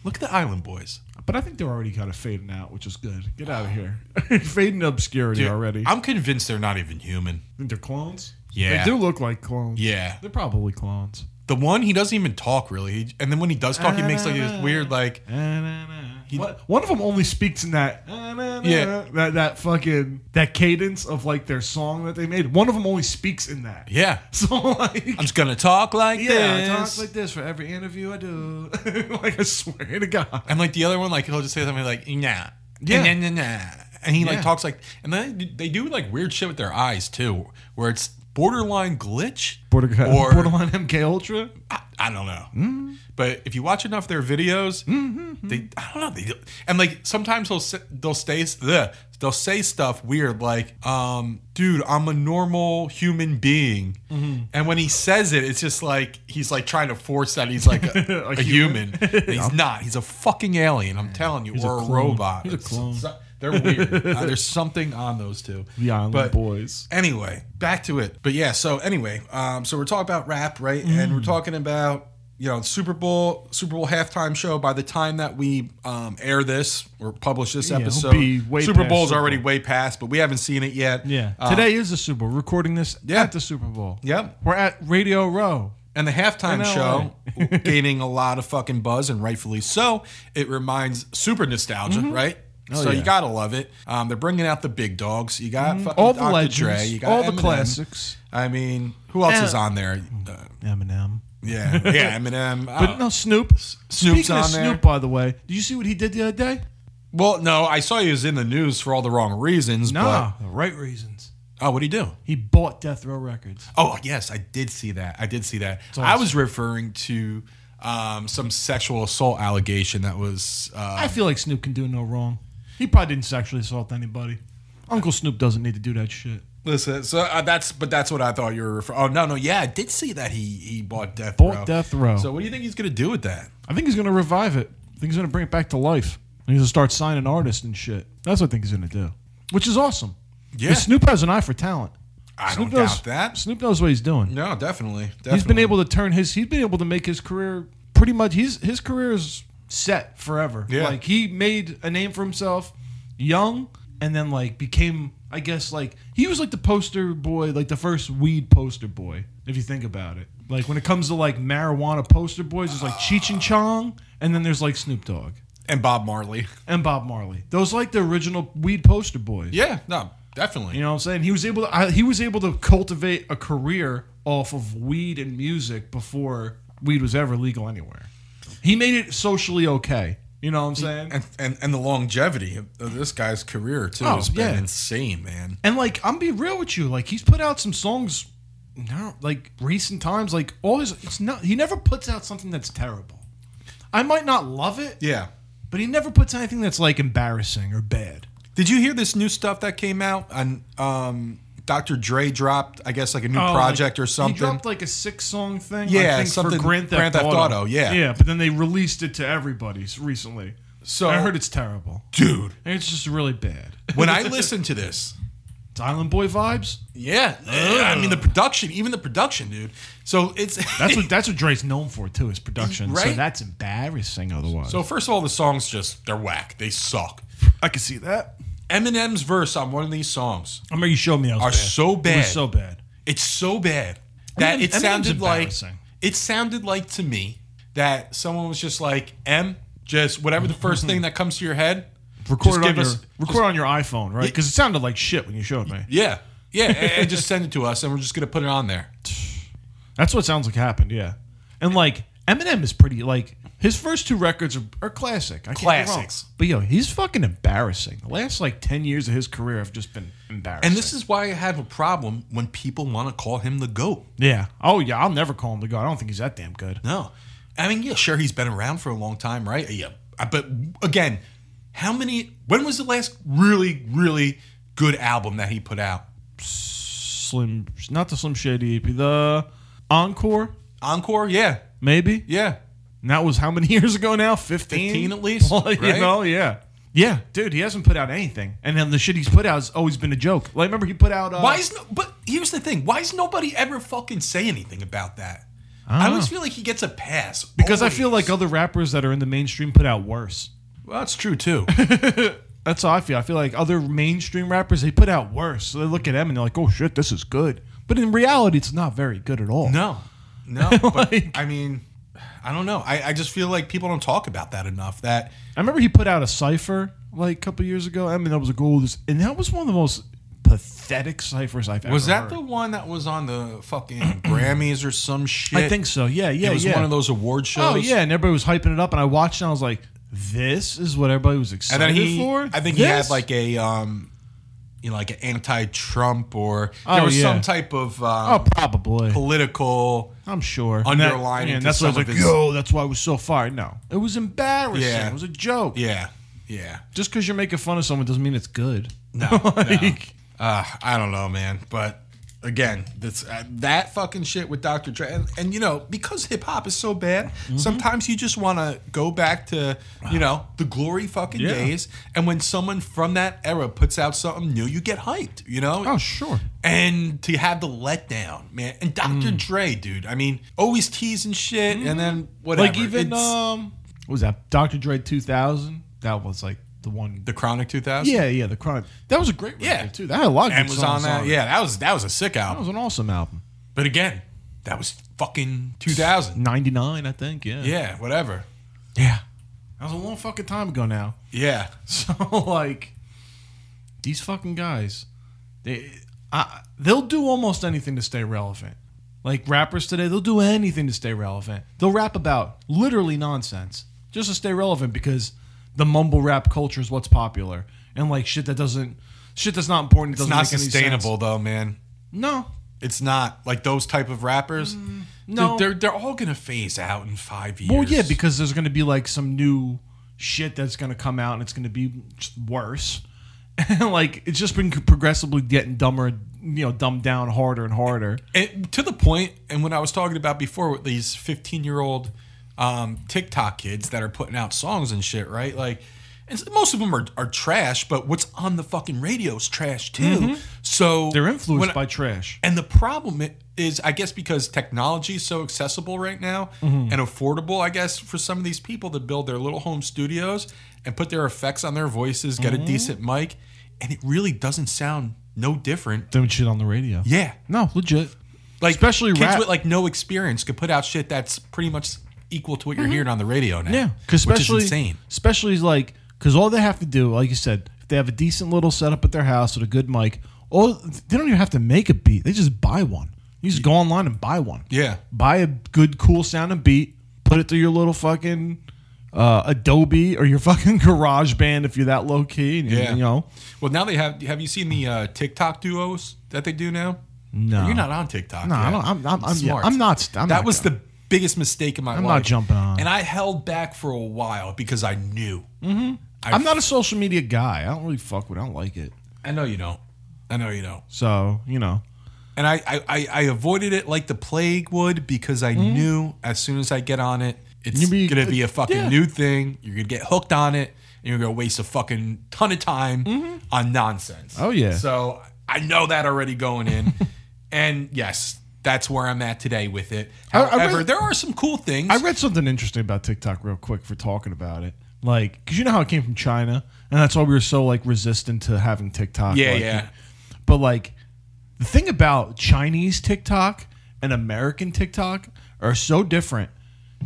[SPEAKER 6] Look at the Island Boys.
[SPEAKER 7] but I think they're already kind of fading out, which is good. Get out of here, fading to obscurity
[SPEAKER 6] Dude,
[SPEAKER 7] already. I
[SPEAKER 6] I'm convinced they're not even human.
[SPEAKER 7] think they're clones.
[SPEAKER 6] Yeah.
[SPEAKER 7] they do look like clones.
[SPEAKER 6] Yeah,
[SPEAKER 7] they're probably clones.
[SPEAKER 6] the one he doesn't even talk really, He- and then when he does talk, he makes like this weird like
[SPEAKER 7] What- one of them only speaks in that
[SPEAKER 6] Yeah.
[SPEAKER 7] that that fucking that cadence of like their song that they made. One of them only speaks in that.
[SPEAKER 6] yeah.
[SPEAKER 7] So like
[SPEAKER 6] I'm just gonna talk like
[SPEAKER 7] yeah,
[SPEAKER 6] this.
[SPEAKER 7] I talk like this for every interview I do. like I swear to God.
[SPEAKER 6] And like the other one, like he'll just say something like nah,
[SPEAKER 7] Yeah.
[SPEAKER 6] nah, nah, nah. and he like
[SPEAKER 7] Yeah.
[SPEAKER 6] talks like, and then they do like weird shit with their eyes too, where it's borderline glitch,
[SPEAKER 7] Borderline,
[SPEAKER 6] or
[SPEAKER 7] borderline MK Ultra.
[SPEAKER 6] I, I don't know. But if you watch enough of their videos, they I don't know they do- and like sometimes they'll s- they'll stay the they'll say stuff weird like, um, dude, I'm a normal human being, and when he says it, it's just like he's like trying to force that he's like a,
[SPEAKER 7] A
[SPEAKER 6] a human. And He's not. He's a fucking alien. I'm telling you, or a,
[SPEAKER 7] clone.
[SPEAKER 6] robot.
[SPEAKER 7] He's a
[SPEAKER 6] It's-
[SPEAKER 7] clone.
[SPEAKER 6] it's- they're weird. Uh, there's something on those two.
[SPEAKER 7] The Island
[SPEAKER 6] But-
[SPEAKER 7] Boys.
[SPEAKER 6] Anyway, back to it. But yeah, so anyway, um, so we're talking about rap, right? And
[SPEAKER 7] Mm.
[SPEAKER 6] we're talking about you know Super Bowl, Super Bowl halftime show. By the time that we um, air this or publish this
[SPEAKER 7] Yeah, it'll
[SPEAKER 6] episode,
[SPEAKER 7] be way
[SPEAKER 6] Super
[SPEAKER 7] past
[SPEAKER 6] Bowl's
[SPEAKER 7] Super
[SPEAKER 6] already
[SPEAKER 7] Bowl.
[SPEAKER 6] way past, but we haven't seen it yet.
[SPEAKER 7] Yeah.
[SPEAKER 6] Uh,
[SPEAKER 7] Today is the Super Bowl. Recording this
[SPEAKER 6] Yeah.
[SPEAKER 7] at the Super Bowl.
[SPEAKER 6] Yep.
[SPEAKER 7] We're at Radio Row.
[SPEAKER 6] And the halftime
[SPEAKER 7] In
[SPEAKER 6] show gaining a lot of fucking buzz, and rightfully so. It reminds super nostalgia, right? so
[SPEAKER 7] Mm-hmm. Oh, yeah. Mm-hmm.
[SPEAKER 6] you gotta love it. Um, they're bringing out the big dogs. You got fucking
[SPEAKER 7] All the
[SPEAKER 6] Dr.
[SPEAKER 7] legends,
[SPEAKER 6] Dre. You got
[SPEAKER 7] all the
[SPEAKER 6] Eminem.
[SPEAKER 7] classics.
[SPEAKER 6] I mean, who else
[SPEAKER 7] And-
[SPEAKER 6] is on there? Uh,
[SPEAKER 7] Eminem.
[SPEAKER 6] yeah, yeah, Eminem. I
[SPEAKER 7] But
[SPEAKER 6] don't-
[SPEAKER 7] no, Snoop. Speaking
[SPEAKER 6] Oh. on
[SPEAKER 7] of
[SPEAKER 6] there.
[SPEAKER 7] Snoop, by the way, did you see what he did the other day?
[SPEAKER 6] Well, no, I saw he was in the news for all the wrong reasons.
[SPEAKER 7] Nah, the right reasons.
[SPEAKER 6] But, oh, what would he do?
[SPEAKER 7] He bought Death Row Records.
[SPEAKER 6] Oh, yes, I did see that. I did see that.
[SPEAKER 7] awesome.
[SPEAKER 6] I was referring to um, some sexual assault allegation that was. Uh,
[SPEAKER 7] I feel like Snoop can do no wrong. He probably didn't sexually assault anybody. Uncle Snoop doesn't need to do that shit.
[SPEAKER 6] listen, so uh, that's but that's what I thought you were referring. Oh no, no, yeah, I did see that he he bought death
[SPEAKER 7] Bought
[SPEAKER 6] row.
[SPEAKER 7] Death Row.
[SPEAKER 6] So what do you think he's gonna do with that?
[SPEAKER 7] I think he's gonna revive it. I think he's gonna bring it back to life. And he's gonna start signing artists and shit. That's what I think he's gonna do, which is awesome.
[SPEAKER 6] Yeah.
[SPEAKER 7] 'Cause Snoop has an eye for talent.
[SPEAKER 6] I
[SPEAKER 7] Snoop
[SPEAKER 6] don't
[SPEAKER 7] knows,
[SPEAKER 6] doubt that.
[SPEAKER 7] Snoop knows what he's doing.
[SPEAKER 6] No, definitely, definitely.
[SPEAKER 7] He's been able to turn his. He's been able to make his career pretty much. He's his career is set forever.
[SPEAKER 6] Yeah.
[SPEAKER 7] Like he made a name for himself, young, and then like became. I guess like he was like the poster boy, like the first weed poster boy. If you think about it, like when it comes to like marijuana poster boys, there's like Cheech and Chong, and then there's like Snoop Dogg
[SPEAKER 6] and Bob Marley.
[SPEAKER 7] and Bob Marley. Those like the original weed poster boys.
[SPEAKER 6] Yeah, no, definitely.
[SPEAKER 7] You know what I'm saying? He was able to I, he was able to cultivate a career off of weed and music before weed was ever legal anywhere. He made it socially okay. You know what I'm saying?
[SPEAKER 6] and, and and the longevity of of this guy's career too
[SPEAKER 7] Oh,
[SPEAKER 6] has been
[SPEAKER 7] yeah.
[SPEAKER 6] insane, man.
[SPEAKER 7] And like I'm be real with you, like he's put out some songs now like recent times like all his it's not he never puts out something that's terrible. I might not love it,
[SPEAKER 6] Yeah.
[SPEAKER 7] but he never puts anything that's like embarrassing or bad.
[SPEAKER 6] Did you hear this new stuff that came out? And um, Dr. Dre dropped, I guess, like a new
[SPEAKER 7] Oh,
[SPEAKER 6] project
[SPEAKER 7] like,
[SPEAKER 6] or something.
[SPEAKER 7] He dropped like a six song thing.
[SPEAKER 6] Yeah,
[SPEAKER 7] I think,
[SPEAKER 6] something-
[SPEAKER 7] for Grand Theft,
[SPEAKER 6] Grand Theft
[SPEAKER 7] Auto.
[SPEAKER 6] Auto, yeah.
[SPEAKER 7] yeah. But then they released it to everybody's recently.
[SPEAKER 6] So-
[SPEAKER 7] I heard it's terrible.
[SPEAKER 6] Dude,
[SPEAKER 7] And it's just really bad.
[SPEAKER 6] when I listened to this,
[SPEAKER 7] It's Island Boy vibes.
[SPEAKER 6] yeah, I mean the production, even the production, dude. So it's
[SPEAKER 7] That's what that's what Dre's known for too. His production. So
[SPEAKER 6] Right?
[SPEAKER 7] that's embarrassing. Otherwise,
[SPEAKER 6] so first of all, the songs just they're whack. They suck.
[SPEAKER 7] I can see that.
[SPEAKER 6] Eminem's verse on one of these songs,
[SPEAKER 7] I remember you showed me. I was
[SPEAKER 6] Are
[SPEAKER 7] bad.
[SPEAKER 6] so
[SPEAKER 7] It
[SPEAKER 6] bad.
[SPEAKER 7] was so bad.
[SPEAKER 6] it's so bad that
[SPEAKER 7] Eminem-
[SPEAKER 6] it
[SPEAKER 7] Eminem's
[SPEAKER 6] sounded like
[SPEAKER 7] embarrassing.
[SPEAKER 6] it sounded like to me that someone was just like M, just whatever the first thing that comes to your head.
[SPEAKER 7] Record it on
[SPEAKER 6] give
[SPEAKER 7] your
[SPEAKER 6] us-
[SPEAKER 7] record on your iPhone, right? Because it sounded like shit when you showed me.
[SPEAKER 6] Yeah. Yeah, and, and just send it to us, and we're just gonna put it on there.
[SPEAKER 7] That's what sounds like happened, yeah. And like Eminem is pretty like his first two records are, are classic. I can't be wrong.
[SPEAKER 6] Classics.
[SPEAKER 7] But yo, he's fucking embarrassing. The last like ten years of his career have just been embarrassing.
[SPEAKER 6] And this is why I have a problem when people want to call him the goat.
[SPEAKER 7] yeah. Oh yeah, I'll never call him the guy. I don't think he's that damn good.
[SPEAKER 6] No, I mean, yeah, sure, he's been around for a long time, right? Yeah, I- but again, how many? When was the last really, really good album that he put out?
[SPEAKER 7] Slim, not the Slim Shady EP, the Encore
[SPEAKER 6] Encore, yeah,
[SPEAKER 7] maybe.
[SPEAKER 6] yeah,
[SPEAKER 7] And that was how many years ago now? 15?
[SPEAKER 6] 15 at least,
[SPEAKER 7] Like, You
[SPEAKER 6] right?
[SPEAKER 7] know, yeah. Yeah, dude, he hasn't put out anything. And then the shit he's put out has always been a joke. Like, remember he put out. Uh,
[SPEAKER 6] Why is no, but here's the thing: why is nobody ever fucking say anything about that? I, always feel like he gets a pass
[SPEAKER 7] Because I feel
[SPEAKER 6] always.
[SPEAKER 7] like other rappers that are in the mainstream put out worse.
[SPEAKER 6] well, that's true too.
[SPEAKER 7] That's how I feel. I feel like other mainstream rappers they put out worse. So they look at them and they're like, "Oh shit, this is good," but in reality, it's not very good at all.
[SPEAKER 6] No, no. But
[SPEAKER 7] Like-
[SPEAKER 6] I mean, I don't know. I, I just feel like people don't talk about that enough. That
[SPEAKER 7] I remember he put out a cipher like a couple years ago. I mean, that was a goal, and that was one of the most pathetic ciphers I've ever
[SPEAKER 6] was that
[SPEAKER 7] heard.
[SPEAKER 6] the one that was on the fucking Grammys or some shit.
[SPEAKER 7] I think so. Yeah, yeah,
[SPEAKER 6] it was
[SPEAKER 7] yeah.
[SPEAKER 6] one of those award shows.
[SPEAKER 7] Oh yeah, and everybody was hyping it up, and I watched, and I was like, "This is what everybody was
[SPEAKER 6] and
[SPEAKER 7] excited
[SPEAKER 6] then he,
[SPEAKER 7] for."
[SPEAKER 6] I think he
[SPEAKER 7] this?
[SPEAKER 6] had like a um, you know, like an anti-Trump or there
[SPEAKER 7] Oh,
[SPEAKER 6] was some
[SPEAKER 7] yeah.
[SPEAKER 6] type of
[SPEAKER 7] oh,
[SPEAKER 6] um,
[SPEAKER 7] probably
[SPEAKER 6] political.
[SPEAKER 7] I'm sure.
[SPEAKER 6] Underlining
[SPEAKER 7] And,
[SPEAKER 6] to
[SPEAKER 7] that's why I was
[SPEAKER 6] some
[SPEAKER 7] like,
[SPEAKER 6] of his-
[SPEAKER 7] yo, that's why I was so fired. No, it was embarrassing.
[SPEAKER 6] Yeah.
[SPEAKER 7] It was a joke.
[SPEAKER 6] Yeah, yeah.
[SPEAKER 7] Just because you're making fun of someone doesn't mean it's good.
[SPEAKER 6] No, no.
[SPEAKER 7] Like-
[SPEAKER 6] Uh, I don't know, man. But again, that's uh, that fucking shit with Dr. Dre, and, and you know, because hip hop is so bad,
[SPEAKER 7] Mm-hmm.
[SPEAKER 6] sometimes you just want to go back to you know the glory fucking
[SPEAKER 7] Yeah.
[SPEAKER 6] days. And when someone from that era puts out something new, you get hyped, you know.
[SPEAKER 7] Oh, sure.
[SPEAKER 6] And to have the letdown, man. And Dr.
[SPEAKER 7] Mm.
[SPEAKER 6] Dre, dude. I mean, always teasing shit, and then whatever.
[SPEAKER 7] Like even
[SPEAKER 6] It's
[SPEAKER 7] um, what was that Dr. Dre 2000? That was like the one.
[SPEAKER 6] the Chronic 2000.
[SPEAKER 7] yeah, yeah, the crime. That was a great record
[SPEAKER 6] Yeah.
[SPEAKER 7] too. That had a lot of
[SPEAKER 6] and
[SPEAKER 7] good
[SPEAKER 6] was
[SPEAKER 7] songs
[SPEAKER 6] on that.
[SPEAKER 7] it.
[SPEAKER 6] Yeah, that was that was a sick
[SPEAKER 7] that
[SPEAKER 6] album.
[SPEAKER 7] was an awesome album.
[SPEAKER 6] But again, That was fucking 2000.
[SPEAKER 7] 99, I think. Yeah.
[SPEAKER 6] Yeah, whatever.
[SPEAKER 7] Yeah. That was a long fucking time ago now.
[SPEAKER 6] Yeah.
[SPEAKER 7] So like these fucking guys, they I, they'll do almost anything to stay relevant. Like rappers today, they'll do anything to stay relevant. They'll rap about literally nonsense just to stay relevant because the mumble rap culture is what's popular and like shit that doesn't shit that's not important.
[SPEAKER 6] It's
[SPEAKER 7] doesn't
[SPEAKER 6] not
[SPEAKER 7] make any sense.
[SPEAKER 6] sustainable though, man.
[SPEAKER 7] No,
[SPEAKER 6] It's not like those type of rappers.
[SPEAKER 7] Mm, no.
[SPEAKER 6] they're, they're they're all gonna phase out in five years.
[SPEAKER 7] Well, yeah, because there's going to be like some new shit that's going to come out and it's going to be just worse. And like it's just been progressively getting dumber, you know, dumbed down harder and harder.
[SPEAKER 6] And to the point, and when I was talking about before with these 15 year old um, TikTok kids that are putting out songs and shit, right? Like, and s- most of them are, are trash, but what's on the fucking radio is trash too. So
[SPEAKER 7] Mm-hmm. They're influenced
[SPEAKER 6] when I-
[SPEAKER 7] by trash.
[SPEAKER 6] And the problem i- is, I guess, because technology is so accessible right now
[SPEAKER 7] Mm-hmm.
[SPEAKER 6] and affordable, I guess, for some of these people to build their little home studios and put their effects on their voices, get a
[SPEAKER 7] Mm-hmm.
[SPEAKER 6] decent mic, and it really doesn't sound no different.
[SPEAKER 7] Doing shit on the radio.
[SPEAKER 6] Yeah.
[SPEAKER 7] No, legit.
[SPEAKER 6] Like
[SPEAKER 7] Especially
[SPEAKER 6] kids
[SPEAKER 7] rap.
[SPEAKER 6] with like no experience could put out shit that's pretty much equal to what you're hearing on the radio now.
[SPEAKER 7] Yeah, because especially
[SPEAKER 6] which is insane.
[SPEAKER 7] especially like because all they have to do, like you said, if they have a decent little setup at their house with a good mic, all they don't even have to make a beat. They just buy one. You just go online and buy one.
[SPEAKER 6] Yeah.
[SPEAKER 7] buy a good, cool sounding beat, put it through your little fucking uh, Adobe or your fucking Garage Band if you're that low key. And,
[SPEAKER 6] Yeah.
[SPEAKER 7] you know,
[SPEAKER 6] Well, now they have. Have you seen the uh, TikTok duos that they do now?
[SPEAKER 7] No.
[SPEAKER 6] you're not on TikTok.
[SPEAKER 7] No, I
[SPEAKER 6] yet.
[SPEAKER 7] don't- I'm- I'm- I'm- yeah, I'm not- I'm
[SPEAKER 6] that
[SPEAKER 7] not
[SPEAKER 6] was
[SPEAKER 7] going.
[SPEAKER 6] the biggest mistake of my
[SPEAKER 7] I'm
[SPEAKER 6] life.
[SPEAKER 7] not jumping on.
[SPEAKER 6] And I held back for a while because I knew.
[SPEAKER 7] Mm-hmm. I'm not a social media guy. I don't really fuck with. it. I don't like it.
[SPEAKER 6] I know you don't. I know you don't.
[SPEAKER 7] So you know,
[SPEAKER 6] And I I, I, I avoided it like the plague would because I knew as soon as I get on it, it's
[SPEAKER 7] You'll Mm-hmm. be-
[SPEAKER 6] gonna be a fucking
[SPEAKER 7] yeah.
[SPEAKER 6] new thing. You're gonna get hooked on it, and you're gonna waste a fucking ton of time on nonsense.
[SPEAKER 7] Mm-hmm. Oh, yeah.
[SPEAKER 6] So I know that already going in, and yes. That's where I'm at today with it.
[SPEAKER 7] I- I read-
[SPEAKER 6] However, there are some cool things.
[SPEAKER 7] I read something interesting about TikTok real quick for talking about it. Like, cause you know how it came from China, and that's why we were so like resistant to having TikTok.
[SPEAKER 6] yeah,
[SPEAKER 7] Like,
[SPEAKER 6] yeah.
[SPEAKER 7] But like, the thing about Chinese TikTok and American TikTok are so different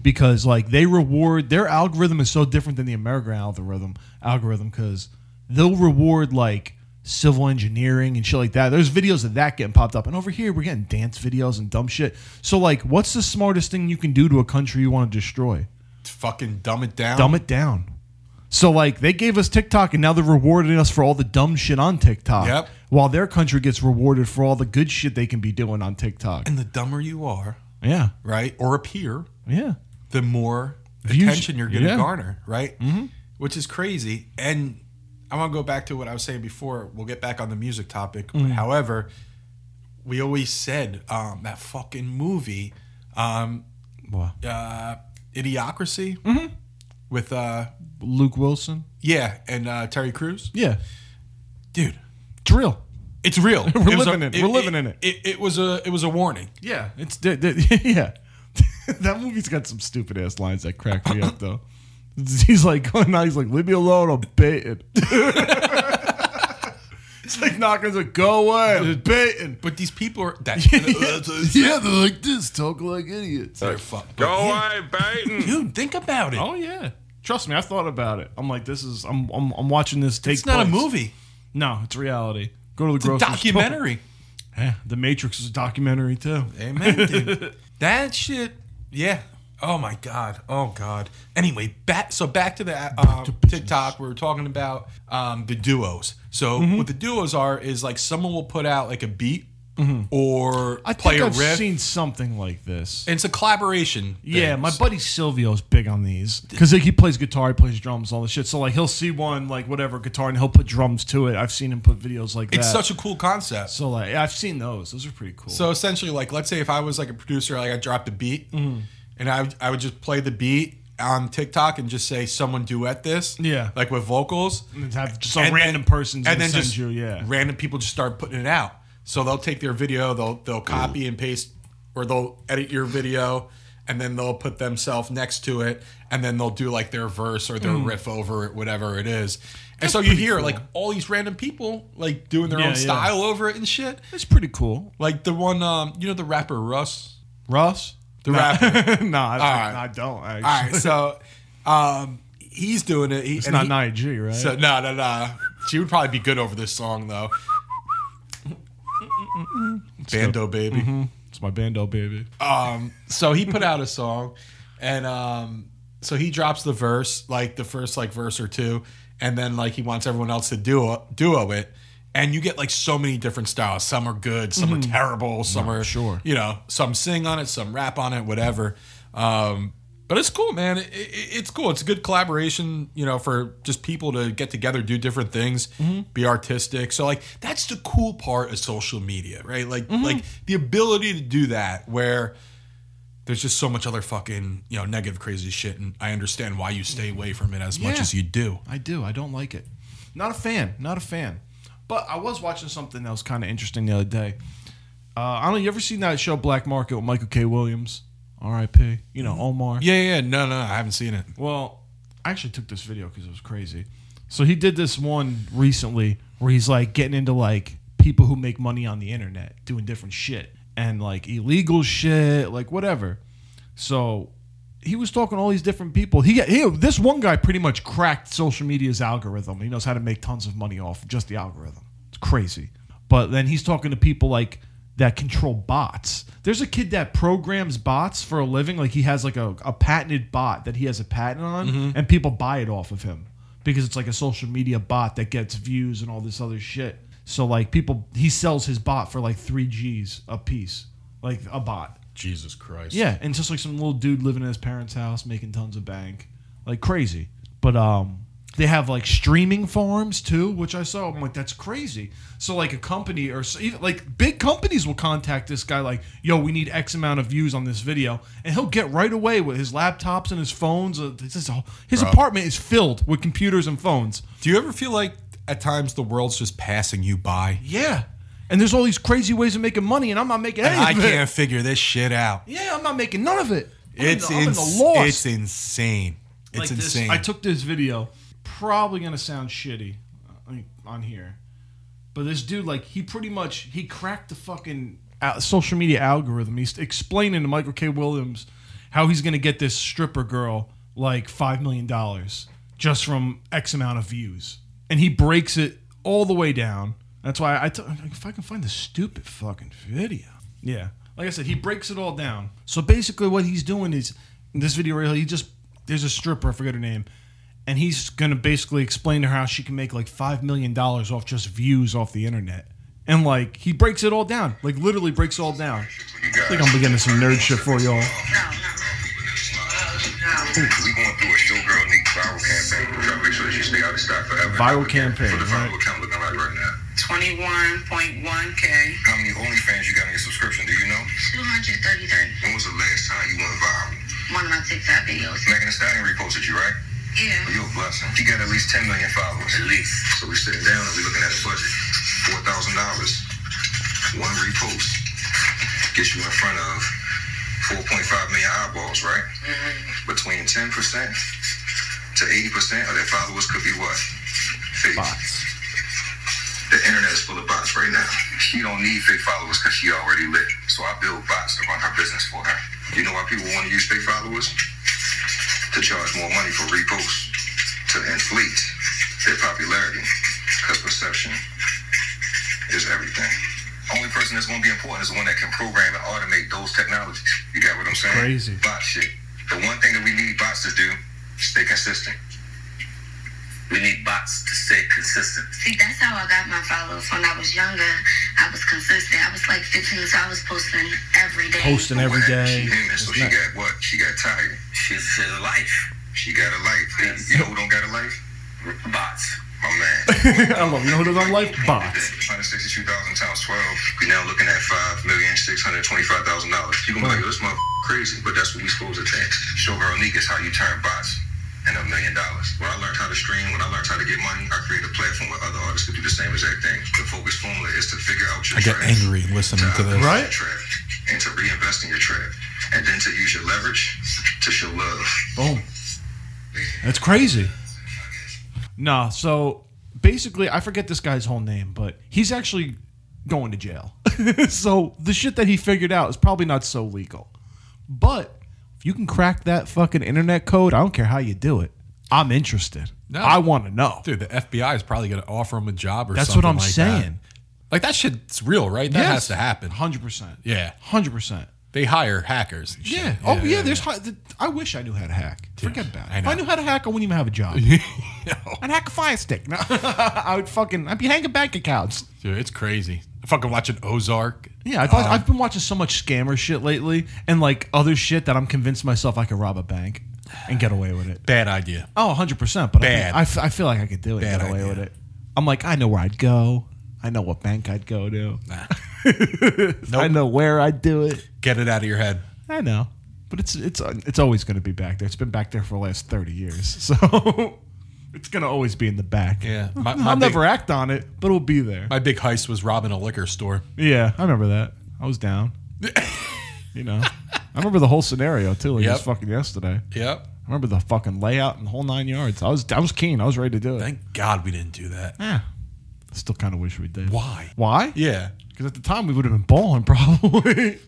[SPEAKER 7] because like they reward their algorithm is so different than the American algorithm algorithm because they'll reward like civil engineering and shit like that. There's videos of that getting popped up, and over here we're getting dance videos and dumb shit. So like, what's the smartest thing you can do to a country you want to destroy?
[SPEAKER 6] Fucking dumb it down.
[SPEAKER 7] Dumb it down. So like they gave us TikTok and now they're rewarding us for all the dumb shit on TikTok.
[SPEAKER 6] Yep.
[SPEAKER 7] While their country gets rewarded for all the good shit they can be doing on TikTok.
[SPEAKER 6] And the dumber you are,
[SPEAKER 7] Yeah.
[SPEAKER 6] right, or appear,
[SPEAKER 7] Yeah.
[SPEAKER 6] the more
[SPEAKER 7] Views-
[SPEAKER 6] attention you're going to
[SPEAKER 7] yeah. Mm-hmm.
[SPEAKER 6] garner, right? Which is crazy. And I want to go back to what I was saying before. We'll get back on the music topic.
[SPEAKER 7] Mm-hmm.
[SPEAKER 6] However, we always said um, that fucking movie, um,
[SPEAKER 7] Wow.
[SPEAKER 6] uh, Idiocracy,
[SPEAKER 7] Mm-hmm.
[SPEAKER 6] with uh,
[SPEAKER 7] Luke Wilson.
[SPEAKER 6] yeah, and uh, Terry Crews,
[SPEAKER 7] Yeah.
[SPEAKER 6] dude.
[SPEAKER 7] It's real.
[SPEAKER 6] It's real.
[SPEAKER 7] We're
[SPEAKER 6] It was
[SPEAKER 7] living it. We're living in it.
[SPEAKER 6] it. It was a. It was a warning.
[SPEAKER 7] Yeah. It's d- d- yeah. that movie's got some stupid ass lines that crack me up though. He's like going out, he's like, leave me alone, I'm baiting. it's like knocking like, go away, I'm baiting.
[SPEAKER 6] But these people are that.
[SPEAKER 7] yeah, they're like this, talk like idiots.
[SPEAKER 6] They're fuck. Go away, Baton. Dude, think about it.
[SPEAKER 7] Oh yeah. Trust me, I thought about it. I'm like, this is I'm I'm, I'm watching this take.
[SPEAKER 6] it's not a
[SPEAKER 7] place.
[SPEAKER 6] movie.
[SPEAKER 7] No, it's reality. Go to the
[SPEAKER 6] It's a
[SPEAKER 7] grocery
[SPEAKER 6] documentary.
[SPEAKER 7] Store. Yeah, the Matrix is a documentary too.
[SPEAKER 6] Amen, dude. that shit. Yeah. Oh my god. Oh god. Anyway, back. So back to the um, TikTok. We were talking about um, the duos. So
[SPEAKER 7] Mm-hmm.
[SPEAKER 6] what the duos are is like someone will put out like a beat or
[SPEAKER 7] Mm-hmm. I
[SPEAKER 6] play
[SPEAKER 7] think
[SPEAKER 6] a
[SPEAKER 7] I've
[SPEAKER 6] riff.
[SPEAKER 7] seen something like this.
[SPEAKER 6] and it's a collaboration.
[SPEAKER 7] Yeah,
[SPEAKER 6] thing.
[SPEAKER 7] my buddy Silvio's big on these because like, he plays guitar, he plays drums, all this shit. So like he'll see one like whatever guitar and he'll put drums to it. I've seen him put videos like
[SPEAKER 6] It's
[SPEAKER 7] that.
[SPEAKER 6] such a cool concept.
[SPEAKER 7] so like I've seen those. Those are pretty cool.
[SPEAKER 6] So essentially, like, let's say if I was like a producer, like I dropped a beat,
[SPEAKER 7] Mm-hmm.
[SPEAKER 6] and I would- I would just play the beat on TikTok and just say someone duet this,
[SPEAKER 7] Yeah.
[SPEAKER 6] like with vocals,
[SPEAKER 7] And have just a
[SPEAKER 6] And
[SPEAKER 7] random
[SPEAKER 6] then-
[SPEAKER 7] person's
[SPEAKER 6] and
[SPEAKER 7] gonna
[SPEAKER 6] then
[SPEAKER 7] send
[SPEAKER 6] just
[SPEAKER 7] you, yeah.
[SPEAKER 6] random people just start putting it out. So they'll take their video, they'll they'll copy and paste, or they'll edit your video, and then they'll put themselves next to it, and then they'll do like their verse or their riff over it, whatever it is. And so you hear like all these random people like doing their
[SPEAKER 7] Yeah,
[SPEAKER 6] own
[SPEAKER 7] yeah.
[SPEAKER 6] style over it and shit.
[SPEAKER 7] it's pretty cool.
[SPEAKER 6] Like the one, um, you know, the rapper Russ.
[SPEAKER 7] Russ?
[SPEAKER 6] the rapper.
[SPEAKER 7] no, I,
[SPEAKER 6] right.
[SPEAKER 7] I don't. Actually.
[SPEAKER 6] All right, so um, he's doing it. He,
[SPEAKER 7] It's not Nia G, right?
[SPEAKER 6] So no, no, no. She would probably be good over this song though. Bando baby.
[SPEAKER 7] it's my bando baby.
[SPEAKER 6] Um, so he put out a song, and um, so he drops the verse, like the first like verse or two, and then like he wants everyone else to duo duo it. And you get like so many different styles. Some are good, some are terrible, some are
[SPEAKER 7] sure.
[SPEAKER 6] You know, some sing on it, some rap on it, whatever. Um, but it's cool, man. It, it, it's cool. It's a good collaboration, you know, for just people to get together, do different things, be artistic. So like that's the cool part of social media, right? Like like the ability to do that where there's just so much other fucking, you know, negative crazy shit and I understand why you stay away from it as much
[SPEAKER 7] Yeah.
[SPEAKER 6] as you do.
[SPEAKER 7] I do. I don't like it. Not a fan. Not a fan. But I was watching something that was kind of interesting the other day. Uh, I don't. know, You ever seen that show Black Market with Michael K. Williams? R.I.P. You know Omar.
[SPEAKER 6] Yeah, yeah, yeah. no, no, I haven't seen it.
[SPEAKER 7] Well, I actually took this video because it was crazy. So he did this one recently where he's like getting into like people who make money on the internet doing different shit and like illegal shit, like whatever. So he was talking to all these different people. He, he this one guy pretty much cracked social media's algorithm. He knows how to make tons of money off just the algorithm. It's crazy. But then he's talking to people like that control bots. There's a kid that programs bots for a living. Like he has like a, a patented bot that he has a patent on, and people buy it off of him because it's like a social media bot that gets views and all this other shit. So like people, he sells his bot for like three G's a piece, like a bot.
[SPEAKER 6] Jesus Christ.
[SPEAKER 7] Yeah, and just like some little dude living in his parents' house, making tons of bank, like crazy. But um, they have like streaming farms too, which I saw. I'm like, that's crazy. So like a company or so even like big companies will contact this guy like, yo, we need X amount of views on this video, and he'll get right away with his laptops and his phones. Uh, this is a- His apartment is filled with computers and phones.
[SPEAKER 6] Do you ever feel like at times the world's just passing you by?
[SPEAKER 7] Yeah, and there's all these crazy ways of making money, and I'm not making any
[SPEAKER 6] I
[SPEAKER 7] of it.
[SPEAKER 6] can't figure this shit out.
[SPEAKER 7] Yeah, I'm not making none of it. I'm in
[SPEAKER 6] It's
[SPEAKER 7] the- I'm in the
[SPEAKER 6] ins-
[SPEAKER 7] loss.
[SPEAKER 6] It's insane. It's
[SPEAKER 7] like this-
[SPEAKER 6] insane.
[SPEAKER 7] I took this video, probably gonna sound shitty uh, on here, but this dude, like, he pretty much he cracked the fucking al- social media algorithm. He's explaining to Michael K. Williams how he's gonna get this stripper girl like five million dollars just from X amount of views, and he breaks it all the way down. That's why I t- if I can find the stupid fucking video. Yeah, like I said, he breaks it all down. So basically, what he's doing is in this video right here, he just there's a stripper I forget her name, and he's gonna basically explain to her how she can make like five million dollars off just views off the internet. And like he breaks it all down, like literally breaks it all down. I
[SPEAKER 8] uh,
[SPEAKER 7] think I'm beginning some nerd shit for y'all.
[SPEAKER 8] We going through a showgirl Nick viral campaign. We're trying to make sure that you stay out of stock forever.
[SPEAKER 7] Viral campaign,
[SPEAKER 8] What the
[SPEAKER 7] right.
[SPEAKER 8] viral account looking like right now?
[SPEAKER 9] 21.1K.
[SPEAKER 8] How many OnlyFans you got on your subscription? Do you know?
[SPEAKER 9] 233.
[SPEAKER 8] When was the last time you went viral?
[SPEAKER 9] One of my TikTok videos.
[SPEAKER 8] Megan Thee Stallion reposted you, right? Well,
[SPEAKER 9] Yeah.
[SPEAKER 8] you're a blessing. She got at least 10 million followers. At least. So we sitting down and we looking at the budget. $4,000. One repost gets you in front of 4.5 million eyeballs, right? Between 10% to 80% of their followers could be what? Fake. The internet is full of bots right now. She don't need fake followers because she already lit. So I build bots to run her business for her. You know why people want to use fake followers? To charge more money for reposts, to inflate their popularity, because perception is everything. Only person that's going to be important is the one that can program and automate those technologies. You got what I'm saying?
[SPEAKER 7] Crazy.
[SPEAKER 8] Bot shit. The one thing that we need bots to do, stay consistent.
[SPEAKER 9] We need bots to stay consistent. See, that's how I got my followers. When I was younger, I was consistent. I was like 15, so I was posting every day.
[SPEAKER 7] Posting every
[SPEAKER 8] What happened?
[SPEAKER 7] day.
[SPEAKER 8] She human, so she got what? She got tired.
[SPEAKER 9] She's his life.
[SPEAKER 8] She got a life. You know who don't got a life?
[SPEAKER 9] Bots.
[SPEAKER 8] My man.
[SPEAKER 7] I love you know who does on life bots.
[SPEAKER 8] 162,000 times 12. We're now looking at $5,625,000. People gonna be like, yo, this motherfucker crazy, but that's what we supposed to think. Showgirl Nick is how you turn bots into a million dollars. When I learned how to stream, when I learned how to get money, I created a platform where other artists could do the same exact thing. The focus formula is to figure out your
[SPEAKER 6] I got
[SPEAKER 8] trash,
[SPEAKER 6] angry listening to this.
[SPEAKER 8] your trap, and to reinvest in your trap, and then to use your leverage to show love.
[SPEAKER 7] Boom. That's crazy. Nah, so basically, I forget this guy's whole name, but he's actually going to jail. so the shit that he figured out is probably not so legal. But if you can crack that fucking internet code, I don't care how you do it. I'm interested.
[SPEAKER 6] No.
[SPEAKER 7] I want to know.
[SPEAKER 6] Dude, the FBI is probably going to offer him a job or
[SPEAKER 7] That's
[SPEAKER 6] something
[SPEAKER 7] what I'm
[SPEAKER 6] like that.
[SPEAKER 7] saying.
[SPEAKER 6] Like that shit's real, right? That
[SPEAKER 7] Yes.
[SPEAKER 6] has to happen.
[SPEAKER 7] 100%.
[SPEAKER 6] Yeah.
[SPEAKER 7] 100%.
[SPEAKER 6] They hire hackers. and shit.
[SPEAKER 7] Yeah. Oh yeah. there's. hi- th- I wish I knew how to hack. Forget about it.
[SPEAKER 6] I
[SPEAKER 7] If I
[SPEAKER 6] know.
[SPEAKER 7] knew how to hack, I wouldn't even have a job. I'd hack a fire stick. No. I would fucking. I'd be hanging bank accounts.
[SPEAKER 6] Dude, it's crazy. I fucking watching Ozark.
[SPEAKER 7] Yeah. I've, watched- I've been watching so much scammer shit lately, and like other shit that I'm convinced myself I could rob a bank and get away with it.
[SPEAKER 6] Bad idea.
[SPEAKER 7] Oh, 100 percent. But I
[SPEAKER 6] Bad.
[SPEAKER 7] think- I, f- I feel like I could do it.
[SPEAKER 6] Bad
[SPEAKER 7] get away
[SPEAKER 6] idea.
[SPEAKER 7] with it. I'm like, I know where I'd go. I know what bank I'd go to. I know where I'd do it.
[SPEAKER 6] Get it out of your head.
[SPEAKER 7] I know, but it's it's it's always going to be back there. It's been back there for the last thirty years, so it's going to always be in the back.
[SPEAKER 6] Yeah. My- my
[SPEAKER 7] I'll
[SPEAKER 6] big-
[SPEAKER 7] never act on it, but it'll be there.
[SPEAKER 6] My big heist was robbing a liquor store.
[SPEAKER 7] yeah, I remember that. I was down. you know, I remember the whole scenario too. Like
[SPEAKER 6] Yep.
[SPEAKER 7] just fucking yesterday.
[SPEAKER 6] Yep.
[SPEAKER 7] I remember the fucking layout and the whole nine yards. I was I was keen. I was ready to do it.
[SPEAKER 6] Thank God we didn't do that.
[SPEAKER 7] yeah. Still kind of wish we did.
[SPEAKER 6] Why?
[SPEAKER 7] Why?
[SPEAKER 6] Yeah.
[SPEAKER 7] Because at the time we would have been balling probably.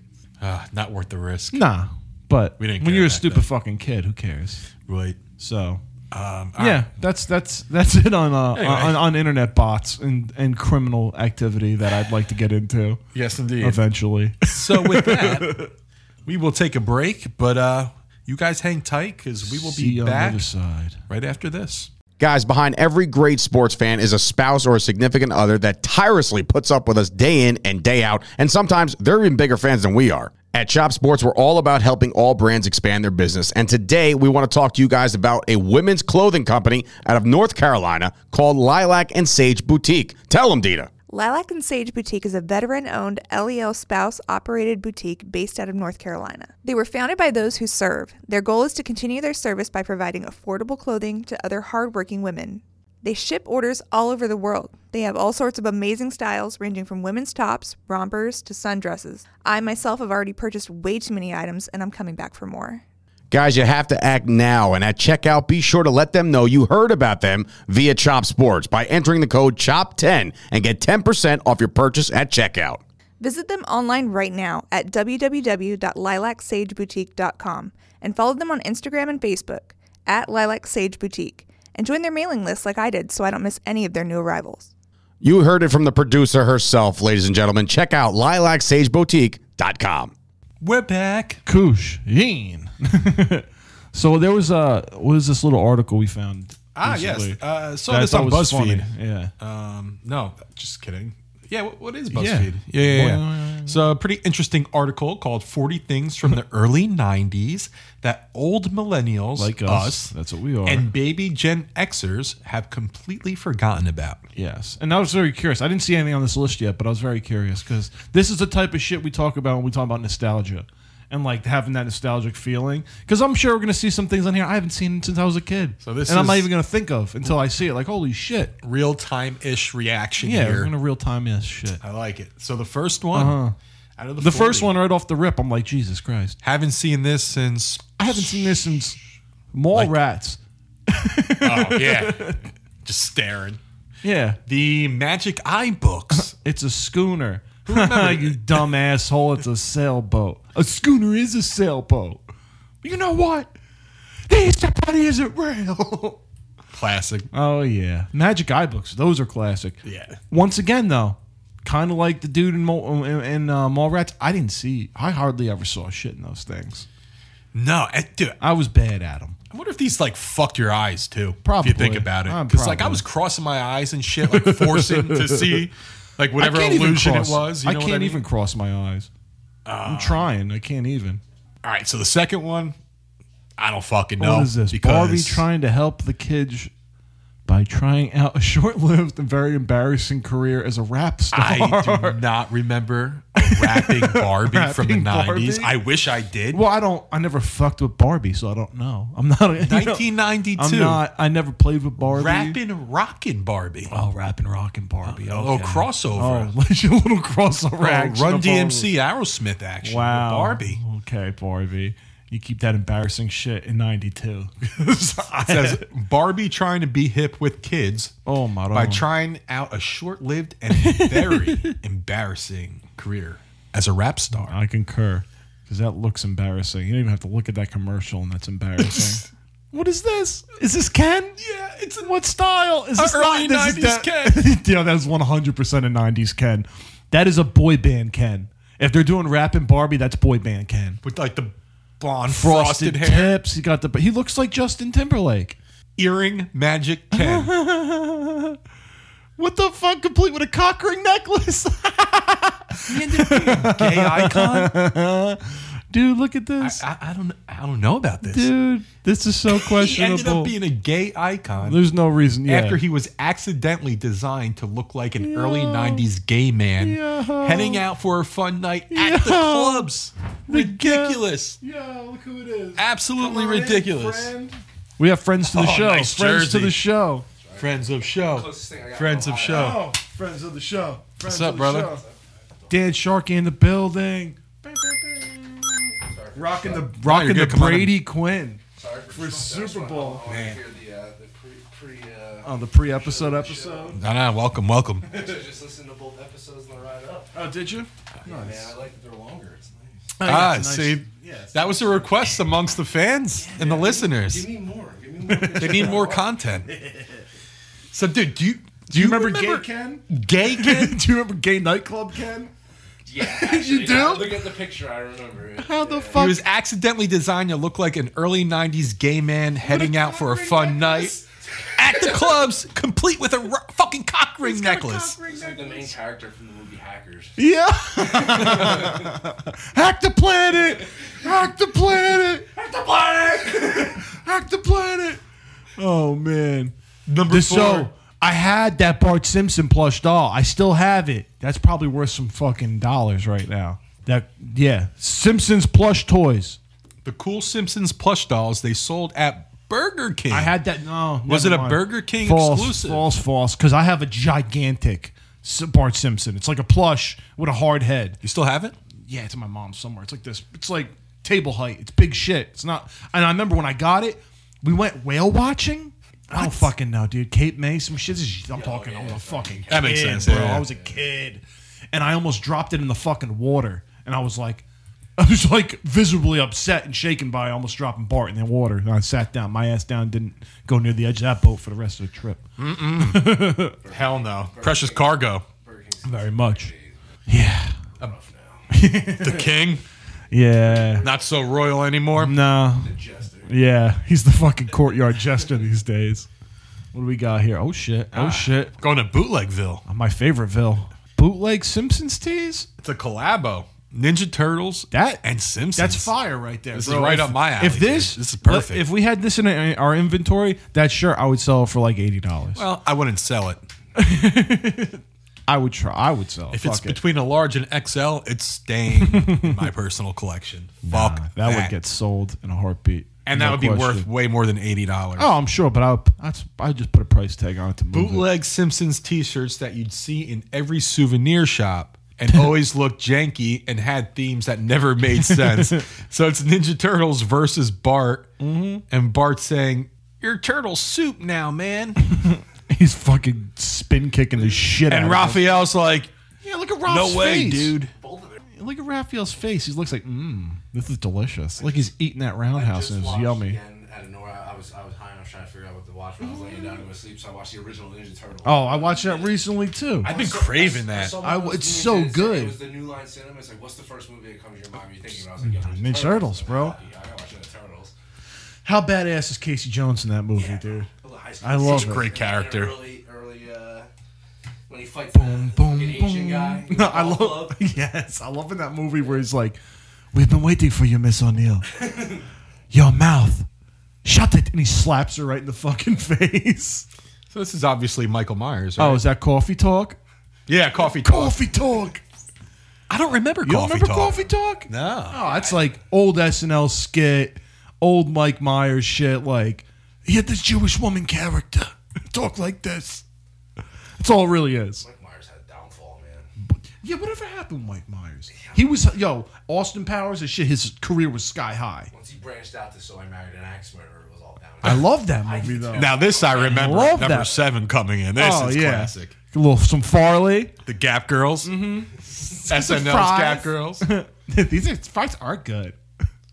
[SPEAKER 6] Ah, not worth the risk.
[SPEAKER 7] nah. But
[SPEAKER 6] We didn't
[SPEAKER 7] when
[SPEAKER 6] care
[SPEAKER 7] you're a
[SPEAKER 6] back
[SPEAKER 7] stupid
[SPEAKER 6] then.
[SPEAKER 7] fucking kid, who cares?
[SPEAKER 6] Right.
[SPEAKER 7] So
[SPEAKER 6] Um,
[SPEAKER 7] yeah, that's that's that's it on, uh,
[SPEAKER 6] Anyway.
[SPEAKER 7] on on internet bots and and criminal activity that I'd like to get into
[SPEAKER 6] Yes, indeed.
[SPEAKER 7] eventually.
[SPEAKER 6] So with that, we will take a break, but uh, you guys hang tight because we will
[SPEAKER 7] See you
[SPEAKER 6] be
[SPEAKER 7] on the
[SPEAKER 6] back
[SPEAKER 7] other side.
[SPEAKER 6] right after this.
[SPEAKER 9] Guys, behind every great sports fan is a spouse or a significant other that tirelessly puts up with us day in and day out, and sometimes they're even bigger fans than we are. At Shop Sports, we're all about helping all brands expand their business. And today, we want to talk to you guys about a women's clothing company out of North Carolina called Lilac and Sage Boutique. Tell them, Dita.
[SPEAKER 10] Lilac and Sage Boutique is a veteran owned LEL spouse operated boutique based out of North Carolina. They were founded by those who serve. Their goal is to continue their service by providing affordable clothing to other hardworking women. They ship orders all over the world. They have all sorts of amazing styles, ranging from women's tops, rompers, to sundresses. I myself have already purchased way too many items, and I'm coming back for more.
[SPEAKER 9] Guys, you have to act now. And at checkout, be sure to let them know you heard about them via Chop Sports by entering the code CHOP10 and get 10% off your purchase at checkout.
[SPEAKER 10] Visit them online right now at www.lilacsageboutique.com and follow them on Instagram and Facebook at Lilac Sage Boutique and join their mailing list like I did so I don't miss any of their new arrivals.
[SPEAKER 9] You heard it from the producer herself, ladies and gentlemen. Check out lilacsageboutique.com.
[SPEAKER 6] We're back.
[SPEAKER 7] Koosh Yin. so there was a what was this little article we found?
[SPEAKER 6] Ah, yes.
[SPEAKER 7] recently
[SPEAKER 6] Uh, saw
[SPEAKER 7] that I
[SPEAKER 6] this
[SPEAKER 7] thought
[SPEAKER 6] on
[SPEAKER 7] was
[SPEAKER 6] BuzzFeed.
[SPEAKER 7] funny. Yeah.
[SPEAKER 6] Um, no, just kidding. Yeah, what, what is
[SPEAKER 7] Yeah.
[SPEAKER 6] BuzzFeed? Yeah, yeah, yeah. So, a pretty interesting article called 40 Things from the Early 90s That Old Millennials,
[SPEAKER 7] Like us, that's what we are.
[SPEAKER 6] and Baby Gen Xers have completely forgotten about.
[SPEAKER 7] Yes. And I was very curious. I didn't see anything on this list yet, but I was very curious because this is the type of shit we talk about when we talk about nostalgia and like having that nostalgic feeling. Because I'm sure we're going to see some things on here I haven't seen since I was a kid.
[SPEAKER 6] So this
[SPEAKER 7] and I'm not
[SPEAKER 6] is-
[SPEAKER 7] even going to think of until I see it. Like, holy shit.
[SPEAKER 6] Real time ish reaction
[SPEAKER 7] Yeah,
[SPEAKER 6] here.
[SPEAKER 7] we're going to real time this shit.
[SPEAKER 6] I like it. So, the first one, out of the,
[SPEAKER 7] Uh-huh. The first
[SPEAKER 6] 40,
[SPEAKER 7] one right off the rip, I'm like, Jesus Christ.
[SPEAKER 6] haven't seen this since.
[SPEAKER 7] I haven't seen this since Mall Rats.
[SPEAKER 6] Oh, yeah. Just staring.
[SPEAKER 7] Yeah.
[SPEAKER 6] The Magic Eye books.
[SPEAKER 7] It's a schooner. Oh, you dumb asshole. It's a sailboat. A schooner is a sailboat. You know what? This body isn't real.
[SPEAKER 6] Classic.
[SPEAKER 7] Oh, yeah. Magic Eye books. Those are classic.
[SPEAKER 6] Yeah.
[SPEAKER 7] Once again, though, kind of like the dude in, Mo- in, in uh, Mallrats, I didn't see, I hardly ever saw shit in those things.
[SPEAKER 6] No, I- dude,
[SPEAKER 7] I was bad at them.
[SPEAKER 6] I wonder if these like fucked your eyes too.
[SPEAKER 7] Probably.
[SPEAKER 6] If you think about it,
[SPEAKER 7] Um,
[SPEAKER 6] because like I
[SPEAKER 7] probably.
[SPEAKER 6] was crossing my eyes and shit, like forcing to see like whatever illusion it was. You
[SPEAKER 7] I Ah.
[SPEAKER 6] know what
[SPEAKER 7] can't
[SPEAKER 6] I mean?
[SPEAKER 7] even cross my eyes. I'm trying. I can't even.
[SPEAKER 6] All right, so the second one, I don't fucking know.
[SPEAKER 7] What is this? Barbie trying to help the kids by trying out a short-lived and very embarrassing career as a rap star.
[SPEAKER 6] I do not remember rapping Barbie from the
[SPEAKER 7] Rapping
[SPEAKER 6] nineties.
[SPEAKER 7] Barbie?
[SPEAKER 6] I wish I did.
[SPEAKER 7] well, I don't. I never fucked with Barbie, so I don't know. I'm not. a- you know,
[SPEAKER 6] 1992.
[SPEAKER 7] I'm not. I never played with Barbie.
[SPEAKER 6] rapping, rocking Barbie.
[SPEAKER 7] Oh, rapping, rocking Barbie.
[SPEAKER 6] A
[SPEAKER 7] Oh,
[SPEAKER 6] little crossover.
[SPEAKER 7] Oh, like a little crossover
[SPEAKER 6] Oh,
[SPEAKER 7] action
[SPEAKER 6] Run
[SPEAKER 7] of
[SPEAKER 6] DMC, Aerosmith action. with
[SPEAKER 7] Barbie. Wow.
[SPEAKER 6] Barbie.
[SPEAKER 7] Okay, Barbie. You keep that embarrassing shit in '92.
[SPEAKER 6] It says Barbie trying to be hip with kids
[SPEAKER 7] Oh my
[SPEAKER 6] by
[SPEAKER 7] God.
[SPEAKER 6] trying out a short-lived and very embarrassing career as a rap star.
[SPEAKER 7] I concur. 'Cause Because that looks embarrassing. You don't even have to look at that commercial, and that's embarrassing. what is this? Is this Ken?
[SPEAKER 6] Yeah, it's a,
[SPEAKER 7] What style is
[SPEAKER 6] A
[SPEAKER 7] this?
[SPEAKER 6] early
[SPEAKER 7] not,
[SPEAKER 6] 90s
[SPEAKER 7] this is that, Ken. yeah, that's one hundred percent a nineties Ken. That is a boy band Ken. If they're doing rap and Barbie, that's boy band Ken.
[SPEAKER 6] with like the blonde frosted,
[SPEAKER 7] Frosted,
[SPEAKER 6] hair,
[SPEAKER 7] tips. He got the. He looks like Justin Timberlake.
[SPEAKER 6] earring, magic Ken.
[SPEAKER 7] What the fuck? Complete with a cock ring necklace.
[SPEAKER 6] Gay icon. I,
[SPEAKER 7] Dude, look at this.
[SPEAKER 6] I, I don't. I don't know about this.
[SPEAKER 7] Dude, this is so
[SPEAKER 6] he ended up
[SPEAKER 7] questionable.
[SPEAKER 6] being a gay icon.
[SPEAKER 7] There's no reason. Yeah.
[SPEAKER 6] after he was accidentally designed to look like an early 90s gay man
[SPEAKER 7] Yeah.
[SPEAKER 6] heading out for a fun night at the
[SPEAKER 7] Yeah.
[SPEAKER 6] clubs. Ridiculous.
[SPEAKER 7] Yo, look who it is.
[SPEAKER 6] Absolutely ridiculous.
[SPEAKER 7] We have friends to the
[SPEAKER 6] Oh,
[SPEAKER 7] show.
[SPEAKER 6] nice
[SPEAKER 7] friends to
[SPEAKER 6] jersey.
[SPEAKER 7] the show.
[SPEAKER 6] Friends of show. Friends of show.
[SPEAKER 7] Oh, friends of the show. Friends
[SPEAKER 6] What's up, brother?
[SPEAKER 7] Dan Sharkey in the building. Rocking the rocking
[SPEAKER 6] you're good.
[SPEAKER 7] the
[SPEAKER 6] Come on in.
[SPEAKER 7] Brady Quinn for Super Bowl. Man.
[SPEAKER 6] uh,
[SPEAKER 7] Oh, the pre-episode episode.
[SPEAKER 6] No, no, welcome, welcome.
[SPEAKER 7] Oh, did you?
[SPEAKER 6] ah, see, that was a request amongst the fans and the listeners. Give me more. Give me more. they need more content. So, dude, do you do,
[SPEAKER 7] Do you remember, Gay Ken?
[SPEAKER 6] gay kid?
[SPEAKER 7] do you remember Gay Nightclub Ken? Yeah, you do. look at the picture. I remember it. How the fuck?
[SPEAKER 6] He was accidentally designed to look like an early 90s gay man heading out for a fun night at the clubs, complete with a ro- fucking cock ring necklace.
[SPEAKER 7] Yeah. Hack the planet. Hack the planet. Hack the planet. Hack the planet. Oh man.
[SPEAKER 6] Number
[SPEAKER 7] This so I had that Bart Simpson plush doll. I still have it. That's probably worth some fucking dollars right now. That yeah, Simpsons plush toys.
[SPEAKER 6] The cool Simpsons plush dolls they sold at Burger King.
[SPEAKER 7] I had that. No,
[SPEAKER 6] Was it
[SPEAKER 7] never
[SPEAKER 6] a
[SPEAKER 7] mind.
[SPEAKER 6] Burger King
[SPEAKER 7] false,
[SPEAKER 6] exclusive?
[SPEAKER 7] False, false. Because I have a gigantic S- Bart Simpson. It's like a plush with a hard head.
[SPEAKER 6] you still have it?
[SPEAKER 7] yeah, it's in my mom's somewhere. It's like this. It's like table height. It's big shit. It's not. And I remember when I got it, we went whale watching. I don't fucking know, dude. Cape May, some shit. This is- I'm talking. I was a fucking.
[SPEAKER 6] That makes
[SPEAKER 7] kid,
[SPEAKER 6] sense,
[SPEAKER 7] bro.
[SPEAKER 6] yeah, yeah.
[SPEAKER 7] I was a kid, and I almost dropped it in the fucking water. And I was like, I was like visibly upset and shaken by almost dropping Bart in the water. And I sat down, my ass down, didn't go near the edge of that boat for the rest of the trip.
[SPEAKER 6] Hell no. Precious cargo.
[SPEAKER 7] Very much.
[SPEAKER 6] The king,
[SPEAKER 7] Yeah.
[SPEAKER 6] not so royal anymore.
[SPEAKER 7] No. Yeah, he's the fucking courtyard jester these days. What do we got here? Oh shit!
[SPEAKER 6] Ah.
[SPEAKER 7] Oh shit!
[SPEAKER 6] Going to Bootlegville.
[SPEAKER 7] My favorite Ville. Bootleg Simpsons tees.
[SPEAKER 6] It's a collabo. Ninja Turtles
[SPEAKER 7] That-
[SPEAKER 6] and Simpsons.
[SPEAKER 7] That's fire right there.
[SPEAKER 6] This is
[SPEAKER 7] bro.
[SPEAKER 6] right
[SPEAKER 7] If-
[SPEAKER 6] up my alley,
[SPEAKER 7] If this,
[SPEAKER 6] dude. This is perfect.
[SPEAKER 7] If we had this in our inventory, that shirt I would sell for like eighty dollars.
[SPEAKER 6] Well, I wouldn't sell it.
[SPEAKER 7] Oh, I would try. I would sell.
[SPEAKER 6] If
[SPEAKER 7] Fuck
[SPEAKER 6] it's
[SPEAKER 7] it.
[SPEAKER 6] between a large and XL, it's staying in my personal collection. Fuck
[SPEAKER 7] Nah, that would get sold in a heartbeat.
[SPEAKER 6] and that
[SPEAKER 7] No
[SPEAKER 6] would be
[SPEAKER 7] question.
[SPEAKER 6] worth way more than eighty dollars.
[SPEAKER 7] Oh, I'm sure, but I would, I'd, I'd just put a price tag on it to move it.
[SPEAKER 6] bootleg Simpsons T-shirts that you'd see in every souvenir shop and always looked janky and had themes that never made sense. so it's Ninja Turtles versus Bart, and Bart saying, "You're turtle soup now, man,"
[SPEAKER 7] He's fucking spin kicking the shit out
[SPEAKER 6] and
[SPEAKER 7] of it.
[SPEAKER 6] Raphael's like,
[SPEAKER 7] Yeah, look at
[SPEAKER 6] "No
[SPEAKER 7] Ralph's
[SPEAKER 6] way,
[SPEAKER 7] face.
[SPEAKER 6] dude."
[SPEAKER 7] Look at Raphael's face. He looks like, mmm, this is delicious. Like he's eating that roundhouse and it's yummy.
[SPEAKER 1] Again, out of nowhere, I was I was high enough trying to figure out what to watch when I was laying down to go to sleep, so I watched the original Ninja Turtle.
[SPEAKER 7] Oh, I watched that recently too.
[SPEAKER 6] I've been craving that.
[SPEAKER 7] I- it's so good.
[SPEAKER 1] It was the New Line Cinema. It's like, what's the first movie that comes to your mind? when You're thinking about. I was like, yeah,
[SPEAKER 7] Ninja Turtles, bro.
[SPEAKER 1] I gotta watch Ninja Turtles.
[SPEAKER 7] How badass is Casey Jones in that movie, dude? I love
[SPEAKER 6] Such a
[SPEAKER 7] it.
[SPEAKER 6] great character.
[SPEAKER 1] Early, early, uh, when he fights boom, boom, an Asian guy.
[SPEAKER 7] No, I love.
[SPEAKER 1] Club.
[SPEAKER 7] Yes, I love in that movie where he's like, "We've been waiting for you, Miss O'Neill. Your mouth, shut it!" And he slaps her right in the fucking face.
[SPEAKER 6] So this is obviously Michael Myers. Right?
[SPEAKER 7] Oh, is that coffee talk?
[SPEAKER 6] yeah, coffee talk.
[SPEAKER 7] Coffee talk.
[SPEAKER 6] I don't remember
[SPEAKER 7] You don't
[SPEAKER 6] coffee
[SPEAKER 7] remember
[SPEAKER 6] talk.
[SPEAKER 7] coffee talk?
[SPEAKER 6] No.
[SPEAKER 7] Oh, that's like old SNL skit, old Mike Myers shit. Like, he had this Jewish woman character talk like this. That's all it really is.
[SPEAKER 1] Mike Myers had a downfall, man.
[SPEAKER 7] Yeah, whatever happened, to Mike Myers? He was yo Austin Powers and shit. His career was sky high.
[SPEAKER 1] Once he branched out to So I Married an Axe Murderer, it was all down.
[SPEAKER 7] I love that movie though.
[SPEAKER 6] Now this I remember.
[SPEAKER 7] Love
[SPEAKER 6] number
[SPEAKER 7] that.
[SPEAKER 6] seven coming in. This
[SPEAKER 7] Oh,
[SPEAKER 6] is
[SPEAKER 7] yeah.
[SPEAKER 6] classic.
[SPEAKER 7] a little some Farley.
[SPEAKER 6] The Gap Girls.
[SPEAKER 7] Mm-hmm.
[SPEAKER 6] SNL's Gap Girls.
[SPEAKER 7] These are, fries are good.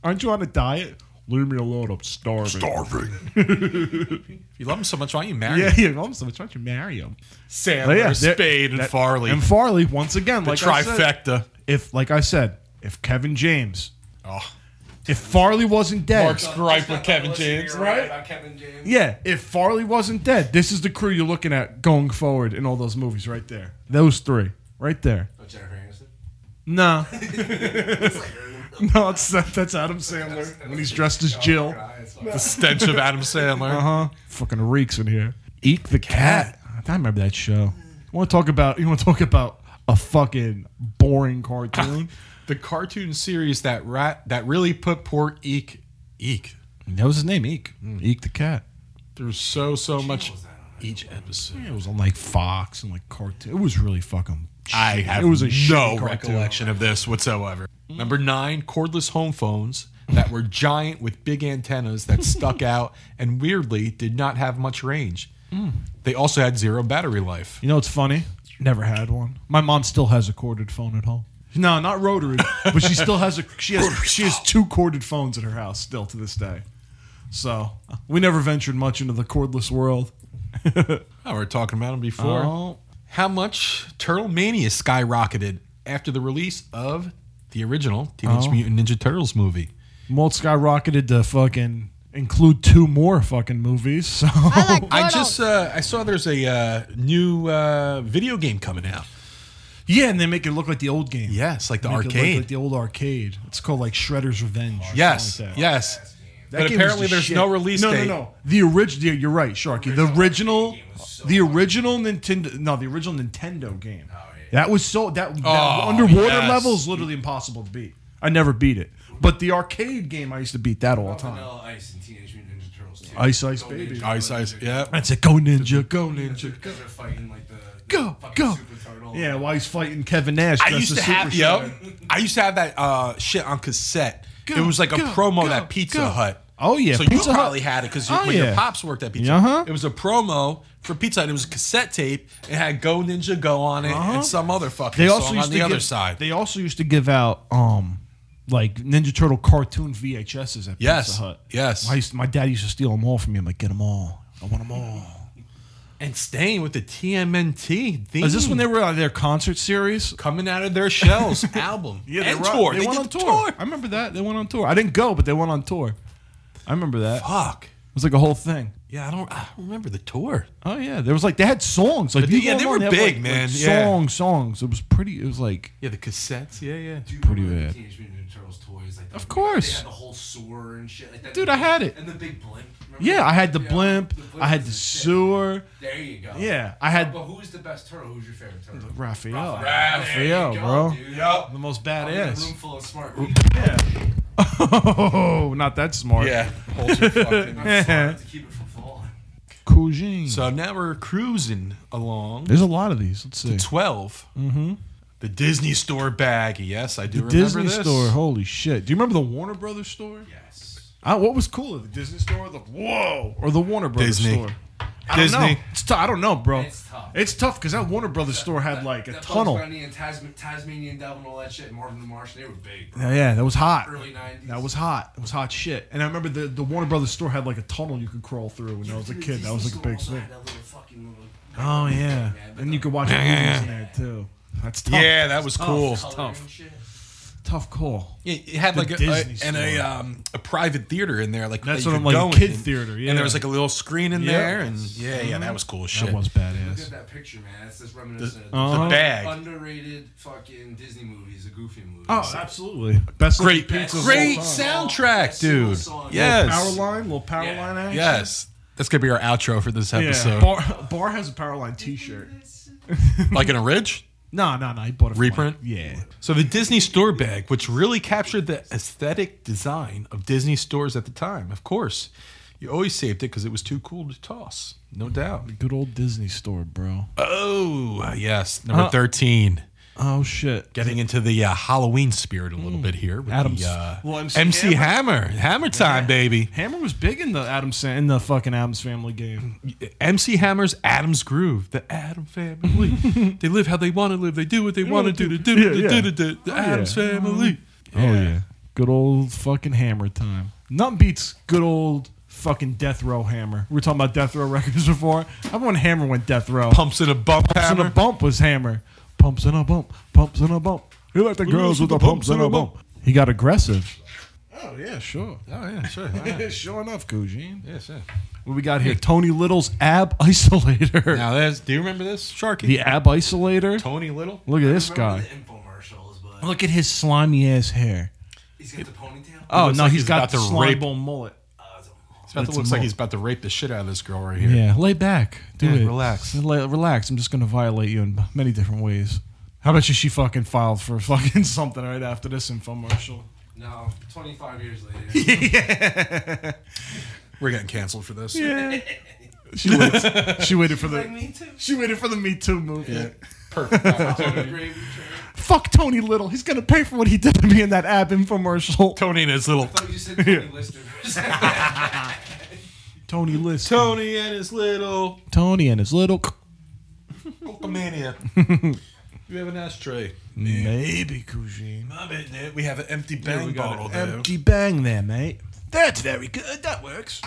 [SPEAKER 7] Aren't you on a diet? Leave me alone. I'm starving.
[SPEAKER 6] Starving. if you love them so much, why don't you marry
[SPEAKER 7] Yeah,
[SPEAKER 6] them?
[SPEAKER 7] you love them so much. Why don't you marry them?
[SPEAKER 6] Sandler,
[SPEAKER 7] But Oh, yeah, they're-
[SPEAKER 6] Spade, and
[SPEAKER 7] that-
[SPEAKER 6] Farley.
[SPEAKER 7] And Farley, once again,
[SPEAKER 6] The
[SPEAKER 7] like I said,
[SPEAKER 6] trifecta.
[SPEAKER 7] if, like I said, if Kevin James,
[SPEAKER 6] Oh.
[SPEAKER 7] if Farley wasn't dead,
[SPEAKER 6] Mark's gripe with Kevin James.
[SPEAKER 11] About Kevin James.
[SPEAKER 7] yeah, if Farley wasn't dead, this is the crew you're looking at going forward in all those movies right there. Those three, right there.
[SPEAKER 11] Oh, Jennifer Aniston.
[SPEAKER 7] No,
[SPEAKER 11] It's like-
[SPEAKER 7] no, it's, that's Adam Sandler when he's dressed as
[SPEAKER 11] Oh,
[SPEAKER 7] Jill.
[SPEAKER 6] The stench of Adam Sandler.
[SPEAKER 7] Uh huh. Fucking reeks in here. Eek the cat. I remember that show. You want to talk about? You want to talk about a fucking boring cartoon?
[SPEAKER 6] The cartoon series that rat that really put poor Eek Eek. Hmm.
[SPEAKER 7] that was his name, Eek. Eek the cat.
[SPEAKER 6] There's so so much each episode.
[SPEAKER 7] It was on like Fox and like cartoon. It was really fucking.
[SPEAKER 6] I
[SPEAKER 7] shitty.
[SPEAKER 6] have
[SPEAKER 7] it was a
[SPEAKER 6] no
[SPEAKER 7] shitty cartoon.
[SPEAKER 6] recollection of this whatsoever. Number nine, cordless home phones that were giant with big antennas that stuck out and weirdly did not have much range.
[SPEAKER 7] Hmm.
[SPEAKER 6] They also had zero battery life.
[SPEAKER 7] You know what's funny? Never had one. My mom still has a corded phone at home. No, not rotary, but she still has a she has she has two corded phones at her house still to this day. So we never ventured much into the cordless world.
[SPEAKER 6] Oh, we were talking about them before.
[SPEAKER 7] Oh.
[SPEAKER 6] How much Turtle Mania skyrocketed after the release of the original Teenage
[SPEAKER 7] Oh.
[SPEAKER 6] Mutant Ninja Turtles movie?
[SPEAKER 7] Molt skyrocketed to fucking include two more fucking movies. So
[SPEAKER 6] I just uh, I saw there's a uh, new uh, video game coming out.
[SPEAKER 7] yeah, and they make it look like the old game.
[SPEAKER 6] Yes, like the
[SPEAKER 7] Make it look
[SPEAKER 6] arcade.
[SPEAKER 7] like the old arcade. It's called like Shredder's Revenge. or something
[SPEAKER 6] yes,
[SPEAKER 7] like that.
[SPEAKER 6] yes. but
[SPEAKER 7] That game was
[SPEAKER 6] apparently
[SPEAKER 7] the
[SPEAKER 6] there's
[SPEAKER 7] shit.
[SPEAKER 6] no release
[SPEAKER 7] no,
[SPEAKER 6] date.
[SPEAKER 7] No, no, The original. You're right, Sharky. The original, the original Nintendo. No, the original Nintendo game.
[SPEAKER 11] Oh,
[SPEAKER 7] That was so that, that
[SPEAKER 6] Oh,
[SPEAKER 7] underwater
[SPEAKER 6] yes.
[SPEAKER 7] level is literally impossible to beat. I never beat it, but the arcade game I used to beat that all the time.
[SPEAKER 11] Vanilla Ice and Teenage Mutant Ninja Turtles 2.
[SPEAKER 7] Ice Ice
[SPEAKER 11] Go
[SPEAKER 7] Baby.
[SPEAKER 11] Ninja
[SPEAKER 6] Ice,
[SPEAKER 11] Go
[SPEAKER 6] ice,
[SPEAKER 11] Ninja.
[SPEAKER 6] yeah.
[SPEAKER 7] I said, "Go ninja, go ninja,
[SPEAKER 11] Because they're fighting like the, the
[SPEAKER 7] go,
[SPEAKER 11] fucking
[SPEAKER 7] go."
[SPEAKER 11] Super Turtle.
[SPEAKER 7] Yeah, while he's fighting Kevin Nash.
[SPEAKER 6] I
[SPEAKER 7] dressed
[SPEAKER 6] used to
[SPEAKER 7] as Super
[SPEAKER 6] have
[SPEAKER 7] Shredder.
[SPEAKER 6] yo. I used to have that uh, shit on cassette.
[SPEAKER 7] Go,
[SPEAKER 6] it was like a
[SPEAKER 7] go,
[SPEAKER 6] promo
[SPEAKER 7] go,
[SPEAKER 6] that Pizza
[SPEAKER 7] go.
[SPEAKER 6] Hut.
[SPEAKER 7] Oh, yeah,
[SPEAKER 6] so
[SPEAKER 7] Pizza
[SPEAKER 6] you
[SPEAKER 7] Hut.
[SPEAKER 6] probably had it because
[SPEAKER 7] Oh,
[SPEAKER 6] when
[SPEAKER 7] yeah.
[SPEAKER 6] your pops worked at Pizza,
[SPEAKER 7] Uh-huh.
[SPEAKER 6] Hut, it was a promo for Pizza Hut. It was a cassette tape. It had Go Ninja Go on it and some other fucking
[SPEAKER 7] Uh-huh. They also
[SPEAKER 6] song
[SPEAKER 7] used
[SPEAKER 6] on
[SPEAKER 7] to
[SPEAKER 6] the
[SPEAKER 7] give,
[SPEAKER 6] other side.
[SPEAKER 7] They also used to give out um like Ninja Turtle cartoon VHSs at
[SPEAKER 6] Yes,
[SPEAKER 7] Pizza Hut.
[SPEAKER 6] yes.
[SPEAKER 7] I used to- my dad used to steal them all from me. I'm like, get them all. I want them all.
[SPEAKER 6] and staying with the TMNT. Theme.
[SPEAKER 7] Is this when they were on their concert series?
[SPEAKER 6] coming out of their shells? album and tour. They,
[SPEAKER 7] went
[SPEAKER 6] did
[SPEAKER 7] on
[SPEAKER 6] the
[SPEAKER 7] tour.
[SPEAKER 6] tour.
[SPEAKER 7] I remember that. They went on tour. I didn't go, but they went on tour. I remember that. It
[SPEAKER 6] Fuck.
[SPEAKER 7] was like a whole thing.
[SPEAKER 6] Yeah, I don't. I don't remember the tour.
[SPEAKER 7] Oh yeah, there was like they had songs. Like
[SPEAKER 6] But they-
[SPEAKER 7] you
[SPEAKER 6] yeah,
[SPEAKER 7] go
[SPEAKER 6] they
[SPEAKER 7] on,
[SPEAKER 6] were
[SPEAKER 7] had, like-
[SPEAKER 6] big,
[SPEAKER 7] like,
[SPEAKER 6] man. Yeah.
[SPEAKER 7] Songs, songs. It was pretty. It was like
[SPEAKER 6] Yeah, the cassettes. Yeah, yeah.
[SPEAKER 11] Do you
[SPEAKER 7] Pretty
[SPEAKER 11] remember
[SPEAKER 7] bad.
[SPEAKER 11] The Teenage Mutant Ninja Turtles toys. Like the,
[SPEAKER 7] Of course.
[SPEAKER 11] They had the whole sewer and shit like that.
[SPEAKER 7] Dude, I had it.
[SPEAKER 11] And the big blimp. Remember
[SPEAKER 7] yeah.
[SPEAKER 11] that?
[SPEAKER 7] I had the
[SPEAKER 11] Yeah,
[SPEAKER 7] blimp.
[SPEAKER 11] blimp
[SPEAKER 7] I had
[SPEAKER 11] was
[SPEAKER 7] the
[SPEAKER 11] shit.
[SPEAKER 7] sewer.
[SPEAKER 11] There you go.
[SPEAKER 7] Yeah, I had
[SPEAKER 11] But who's the best turtle? Who's your favorite turtle?
[SPEAKER 7] Raphael.
[SPEAKER 11] There you
[SPEAKER 7] Raphael,
[SPEAKER 11] go,
[SPEAKER 7] Oh, bro.
[SPEAKER 11] dude. Yup.
[SPEAKER 7] The most
[SPEAKER 11] I'm in a room
[SPEAKER 7] badass.
[SPEAKER 11] full of smart people.
[SPEAKER 7] Oh, not that smart.
[SPEAKER 6] Hold your fucking-
[SPEAKER 11] I'm smart to keep it from falling.
[SPEAKER 7] Cougine.
[SPEAKER 6] So now we're cruising along.
[SPEAKER 7] There's a lot of these. Let's see.
[SPEAKER 6] 12. Mm-hmm. The Disney Store bag. Yes, I do remember
[SPEAKER 7] Disney
[SPEAKER 6] this.
[SPEAKER 7] store. Holy shit. Do you remember the Warner Brothers store?
[SPEAKER 11] Yes.
[SPEAKER 7] I, what was cooler, the Disney store or the Whoa or the Warner Brothers
[SPEAKER 6] Disney.
[SPEAKER 7] store? I
[SPEAKER 6] Disney.
[SPEAKER 7] Don't know. It's t- I don't know, bro.
[SPEAKER 11] It's tough.
[SPEAKER 7] It's tough because that Warner Brothers store had like a
[SPEAKER 11] that Bugs
[SPEAKER 7] tunnel. Yeah,
[SPEAKER 11] Bunny and Tasman, Tasmanian devil and all that shit. Marvin the Martian. They were big, bro.
[SPEAKER 7] yeah, that was hot.
[SPEAKER 11] Early 90s.
[SPEAKER 7] That was hot. It was hot shit. And I remember the, the Warner Brothers store had like a tunnel you could crawl through when I was a
[SPEAKER 11] Dude,
[SPEAKER 7] kid. That was
[SPEAKER 11] Disney
[SPEAKER 7] like a big
[SPEAKER 11] store also
[SPEAKER 7] thing.
[SPEAKER 11] had that little fucking little-
[SPEAKER 7] Oh yeah,
[SPEAKER 11] but
[SPEAKER 7] and you could watch movies in there too. That's tough.
[SPEAKER 6] Yeah, that
[SPEAKER 11] Oh,
[SPEAKER 6] was cool.
[SPEAKER 7] Tough,
[SPEAKER 11] coloring
[SPEAKER 7] tough,
[SPEAKER 11] shit.
[SPEAKER 7] tough call.
[SPEAKER 6] It it had
[SPEAKER 7] The
[SPEAKER 6] like a, a
[SPEAKER 7] Disney
[SPEAKER 6] and a
[SPEAKER 7] store.
[SPEAKER 6] um, a private theater in there, like
[SPEAKER 7] That's
[SPEAKER 6] that you could
[SPEAKER 7] what I'm like,
[SPEAKER 6] go
[SPEAKER 7] a
[SPEAKER 6] in
[SPEAKER 7] kid
[SPEAKER 6] and-
[SPEAKER 7] theater, yeah.
[SPEAKER 6] And there was like a little screen in
[SPEAKER 7] Yeah.
[SPEAKER 6] there, and yeah, yeah, that was cool as shit.
[SPEAKER 7] That was
[SPEAKER 11] Look at
[SPEAKER 7] badass.
[SPEAKER 11] that picture, man. It's just reminiscent of
[SPEAKER 7] Uh-huh.
[SPEAKER 6] The bag,
[SPEAKER 11] underrated fucking Disney movies, the Goofy movies.
[SPEAKER 7] Oh, absolutely. Best
[SPEAKER 6] great,
[SPEAKER 7] looking pizza of
[SPEAKER 6] great
[SPEAKER 7] all time.
[SPEAKER 6] soundtrack,
[SPEAKER 11] That single
[SPEAKER 6] dude.
[SPEAKER 11] song.
[SPEAKER 6] Yes,
[SPEAKER 7] Power line, little power
[SPEAKER 11] Yeah.
[SPEAKER 7] line action.
[SPEAKER 6] yes. That's gonna be our outro for this episode.
[SPEAKER 7] Yeah. Bar, Bar has a power line T-shirt.
[SPEAKER 6] Like in a ridge.
[SPEAKER 7] No, no, no. He bought a flag.
[SPEAKER 6] Reprint?
[SPEAKER 7] Yeah.
[SPEAKER 6] So the Disney store bag, which really captured the aesthetic design of Disney stores at the time, of course. You always saved it because it was too cool to toss, no doubt.
[SPEAKER 7] Good old Disney store, bro.
[SPEAKER 6] Uh, Oh, yes. Number
[SPEAKER 7] Uh,
[SPEAKER 6] 13.
[SPEAKER 7] Oh shit!
[SPEAKER 6] Getting into the uh, Halloween spirit a little bit here. With
[SPEAKER 7] Adams.
[SPEAKER 6] the, uh,
[SPEAKER 7] Well,
[SPEAKER 6] MC,
[SPEAKER 7] MC
[SPEAKER 6] Hammer.
[SPEAKER 7] Hammer.
[SPEAKER 6] Hammer, time, baby.
[SPEAKER 7] Hammer was big in the Adams in the fucking Adams Family game.
[SPEAKER 6] MC Hammer's Adam's Groove. The Adam family. they live how they want to live. They do what they want to do. The do
[SPEAKER 7] Yeah, yeah.
[SPEAKER 6] do do do. The
[SPEAKER 7] Oh,
[SPEAKER 6] Adams
[SPEAKER 7] yeah.
[SPEAKER 6] family.
[SPEAKER 7] Oh yeah, good old fucking Hammer time. Nothing beats good old fucking Death Row Hammer. We were talking about Death Row records before. I when Hammer went Death Row.
[SPEAKER 6] Pumps in a bump.
[SPEAKER 7] Pumps in
[SPEAKER 6] hammer.
[SPEAKER 7] a bump was Hammer. Pumps in a bump. Pumps in a bump. You like the girls with the pumps in a bump. He got aggressive. Oh yeah, sure.
[SPEAKER 6] Oh yeah, sure.
[SPEAKER 7] sure enough, Gugine.
[SPEAKER 6] Yes, sir.
[SPEAKER 7] What we got here? Tony Little's ab isolator.
[SPEAKER 6] Now that's. Do you remember this, Sharky?
[SPEAKER 7] the ab isolator.
[SPEAKER 6] Tony Little.
[SPEAKER 7] Look at this guy. Look at his slimy ass hair.
[SPEAKER 11] He's got the ponytail.
[SPEAKER 7] Oh
[SPEAKER 6] looks
[SPEAKER 7] no,
[SPEAKER 6] like
[SPEAKER 7] he's
[SPEAKER 6] he's
[SPEAKER 7] got
[SPEAKER 6] about to
[SPEAKER 7] the
[SPEAKER 6] rape-
[SPEAKER 7] slimy mullet.
[SPEAKER 6] It's about to
[SPEAKER 7] It's
[SPEAKER 6] looks
[SPEAKER 7] a
[SPEAKER 6] like
[SPEAKER 7] mole.
[SPEAKER 6] he's about to rape the shit out of this girl right here.
[SPEAKER 7] Yeah, lay back. Do
[SPEAKER 6] Yeah,
[SPEAKER 7] it.
[SPEAKER 6] relax.
[SPEAKER 7] Lay- relax. I'm just gonna violate you in many different ways. How about you? She fucking filed for fucking something right after this infomercial.
[SPEAKER 11] No, 25 years later.
[SPEAKER 7] yeah.
[SPEAKER 6] We're getting canceled for this.
[SPEAKER 7] Yeah. She waited, she waited for
[SPEAKER 11] Like
[SPEAKER 7] the
[SPEAKER 11] me too.
[SPEAKER 7] she waited for the Me Too movement.
[SPEAKER 6] Perfect. opportunity.
[SPEAKER 11] Gravy train.
[SPEAKER 7] Fuck Tony Little. He's gonna pay for what he did to me in that ab infomercial.
[SPEAKER 6] Tony and his little.
[SPEAKER 11] Thought you said Tony Lister for a second.
[SPEAKER 7] Tony List.
[SPEAKER 6] Tony and his little.
[SPEAKER 7] Tony and his little.
[SPEAKER 6] Cocomania. you have an ashtray.
[SPEAKER 7] Maybe Cousine.
[SPEAKER 6] I bet that we have an empty bang
[SPEAKER 7] We got
[SPEAKER 6] bottle
[SPEAKER 7] an
[SPEAKER 6] there.
[SPEAKER 7] empty bang there, mate. That's very good. That works.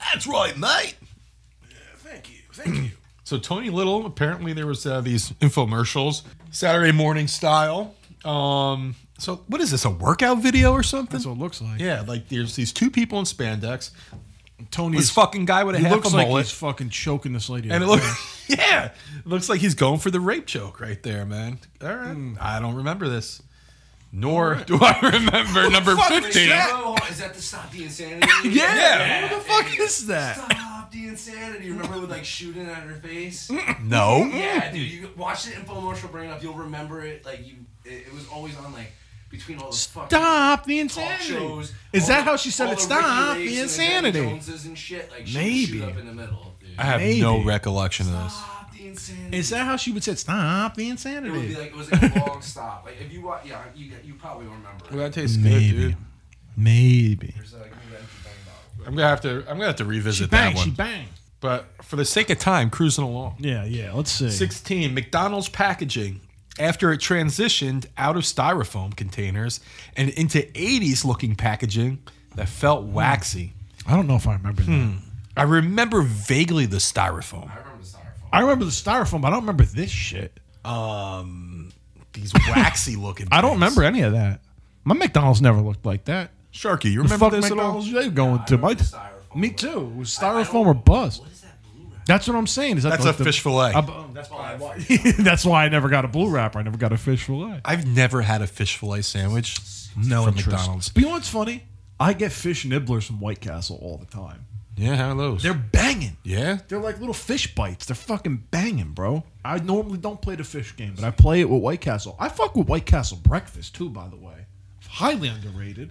[SPEAKER 6] That's right, mate.
[SPEAKER 7] Thank you. Thank you.
[SPEAKER 6] So Tony Little, apparently there was uh, these infomercials, Saturday morning style. Um, so what is this? A workout video or something?
[SPEAKER 7] That's what it looks like.
[SPEAKER 6] Yeah, like there's these two people in spandex.
[SPEAKER 7] Tony
[SPEAKER 6] This
[SPEAKER 7] is-
[SPEAKER 6] fucking guy with a
[SPEAKER 7] He
[SPEAKER 6] half
[SPEAKER 7] looks
[SPEAKER 6] a
[SPEAKER 7] like
[SPEAKER 6] mullet.
[SPEAKER 7] he's fucking choking this lady.
[SPEAKER 6] And it
[SPEAKER 7] out.
[SPEAKER 6] looks, yeah, it looks like he's going for the rape joke right there, man. All right, I don't remember this, nor do I remember number fifteen.
[SPEAKER 11] Oh, is that the Stop the Insanity?
[SPEAKER 6] Yeah.
[SPEAKER 7] Who the fuck is that?
[SPEAKER 11] Stop the Insanity. Remember with like shooting at her face?
[SPEAKER 6] No,
[SPEAKER 11] yeah, dude. You watch the infomercial bring up, you'll remember it. Like you, it, it was always on like between all the fucking
[SPEAKER 7] Stop the
[SPEAKER 11] talk
[SPEAKER 7] insanity.
[SPEAKER 11] shows.
[SPEAKER 7] Is
[SPEAKER 11] all
[SPEAKER 7] that
[SPEAKER 11] the-
[SPEAKER 7] how she said
[SPEAKER 11] all
[SPEAKER 7] it?
[SPEAKER 11] the
[SPEAKER 7] Stop
[SPEAKER 11] Ricky
[SPEAKER 7] the
[SPEAKER 11] Lakes and Indiana
[SPEAKER 7] insanity.
[SPEAKER 11] Joneses and shit, like, she would shoot
[SPEAKER 7] Maybe.
[SPEAKER 11] up in the middle, dude.
[SPEAKER 6] I have
[SPEAKER 7] Maybe.
[SPEAKER 6] no recollection of this.
[SPEAKER 11] Stop the Insanity.
[SPEAKER 7] Is that how she would say it? Stop
[SPEAKER 11] It
[SPEAKER 7] the
[SPEAKER 11] would be
[SPEAKER 7] insanity?
[SPEAKER 11] like it was like a long stop. Like if you watch, yeah, you you probably will remember. it.
[SPEAKER 6] that tastes
[SPEAKER 7] Maybe. Maybe.
[SPEAKER 11] There's like an empty bang bottle.
[SPEAKER 6] I'm gonna have to. I'm gonna have to revisit
[SPEAKER 7] She bang.
[SPEAKER 6] that one.
[SPEAKER 7] She bang.
[SPEAKER 6] But for the sake of time, cruising along.
[SPEAKER 7] Yeah, yeah. Let's see.
[SPEAKER 6] 16. McDonald's packaging. After it transitioned out of styrofoam containers and into 80s looking packaging that felt
[SPEAKER 7] Hmm.
[SPEAKER 6] waxy.
[SPEAKER 7] I don't know if I remember that.
[SPEAKER 6] I remember vaguely the styrofoam.
[SPEAKER 11] I remember the styrofoam.
[SPEAKER 7] I remember the styrofoam, but I don't remember this shit.
[SPEAKER 6] Um, these waxy looking.
[SPEAKER 7] I don't remember any of that. My McDonald's never looked like that.
[SPEAKER 6] Sharky, you
[SPEAKER 7] The
[SPEAKER 6] remember
[SPEAKER 7] fuck
[SPEAKER 6] this at all?
[SPEAKER 7] McDonald's they going to? My,
[SPEAKER 11] remember the styrofoam.
[SPEAKER 7] me too. It was
[SPEAKER 11] I don't-
[SPEAKER 7] styrofoam or bust.
[SPEAKER 11] What is that blue wrap?
[SPEAKER 7] That's what I'm saying. Is that
[SPEAKER 6] That's
[SPEAKER 7] like
[SPEAKER 6] a
[SPEAKER 7] the-
[SPEAKER 6] fish fillet.
[SPEAKER 7] I- um, that's,
[SPEAKER 11] Oh, I forgot.
[SPEAKER 7] that's why I never got a blue wrapper. I never got a fish fillet.
[SPEAKER 6] I've never had a fish fillet sandwich.
[SPEAKER 7] No
[SPEAKER 6] from McDonald's.
[SPEAKER 7] But you know what's funny? I get fish nibblers from White Castle all the time.
[SPEAKER 6] Yeah, how are those?
[SPEAKER 7] They're banging.
[SPEAKER 6] yeah.
[SPEAKER 7] They're like little fish bites. They're fucking banging, bro. I normally don't play the fish game, but I play it with White Castle. I fuck with White Castle breakfast too, by the way. Highly underrated.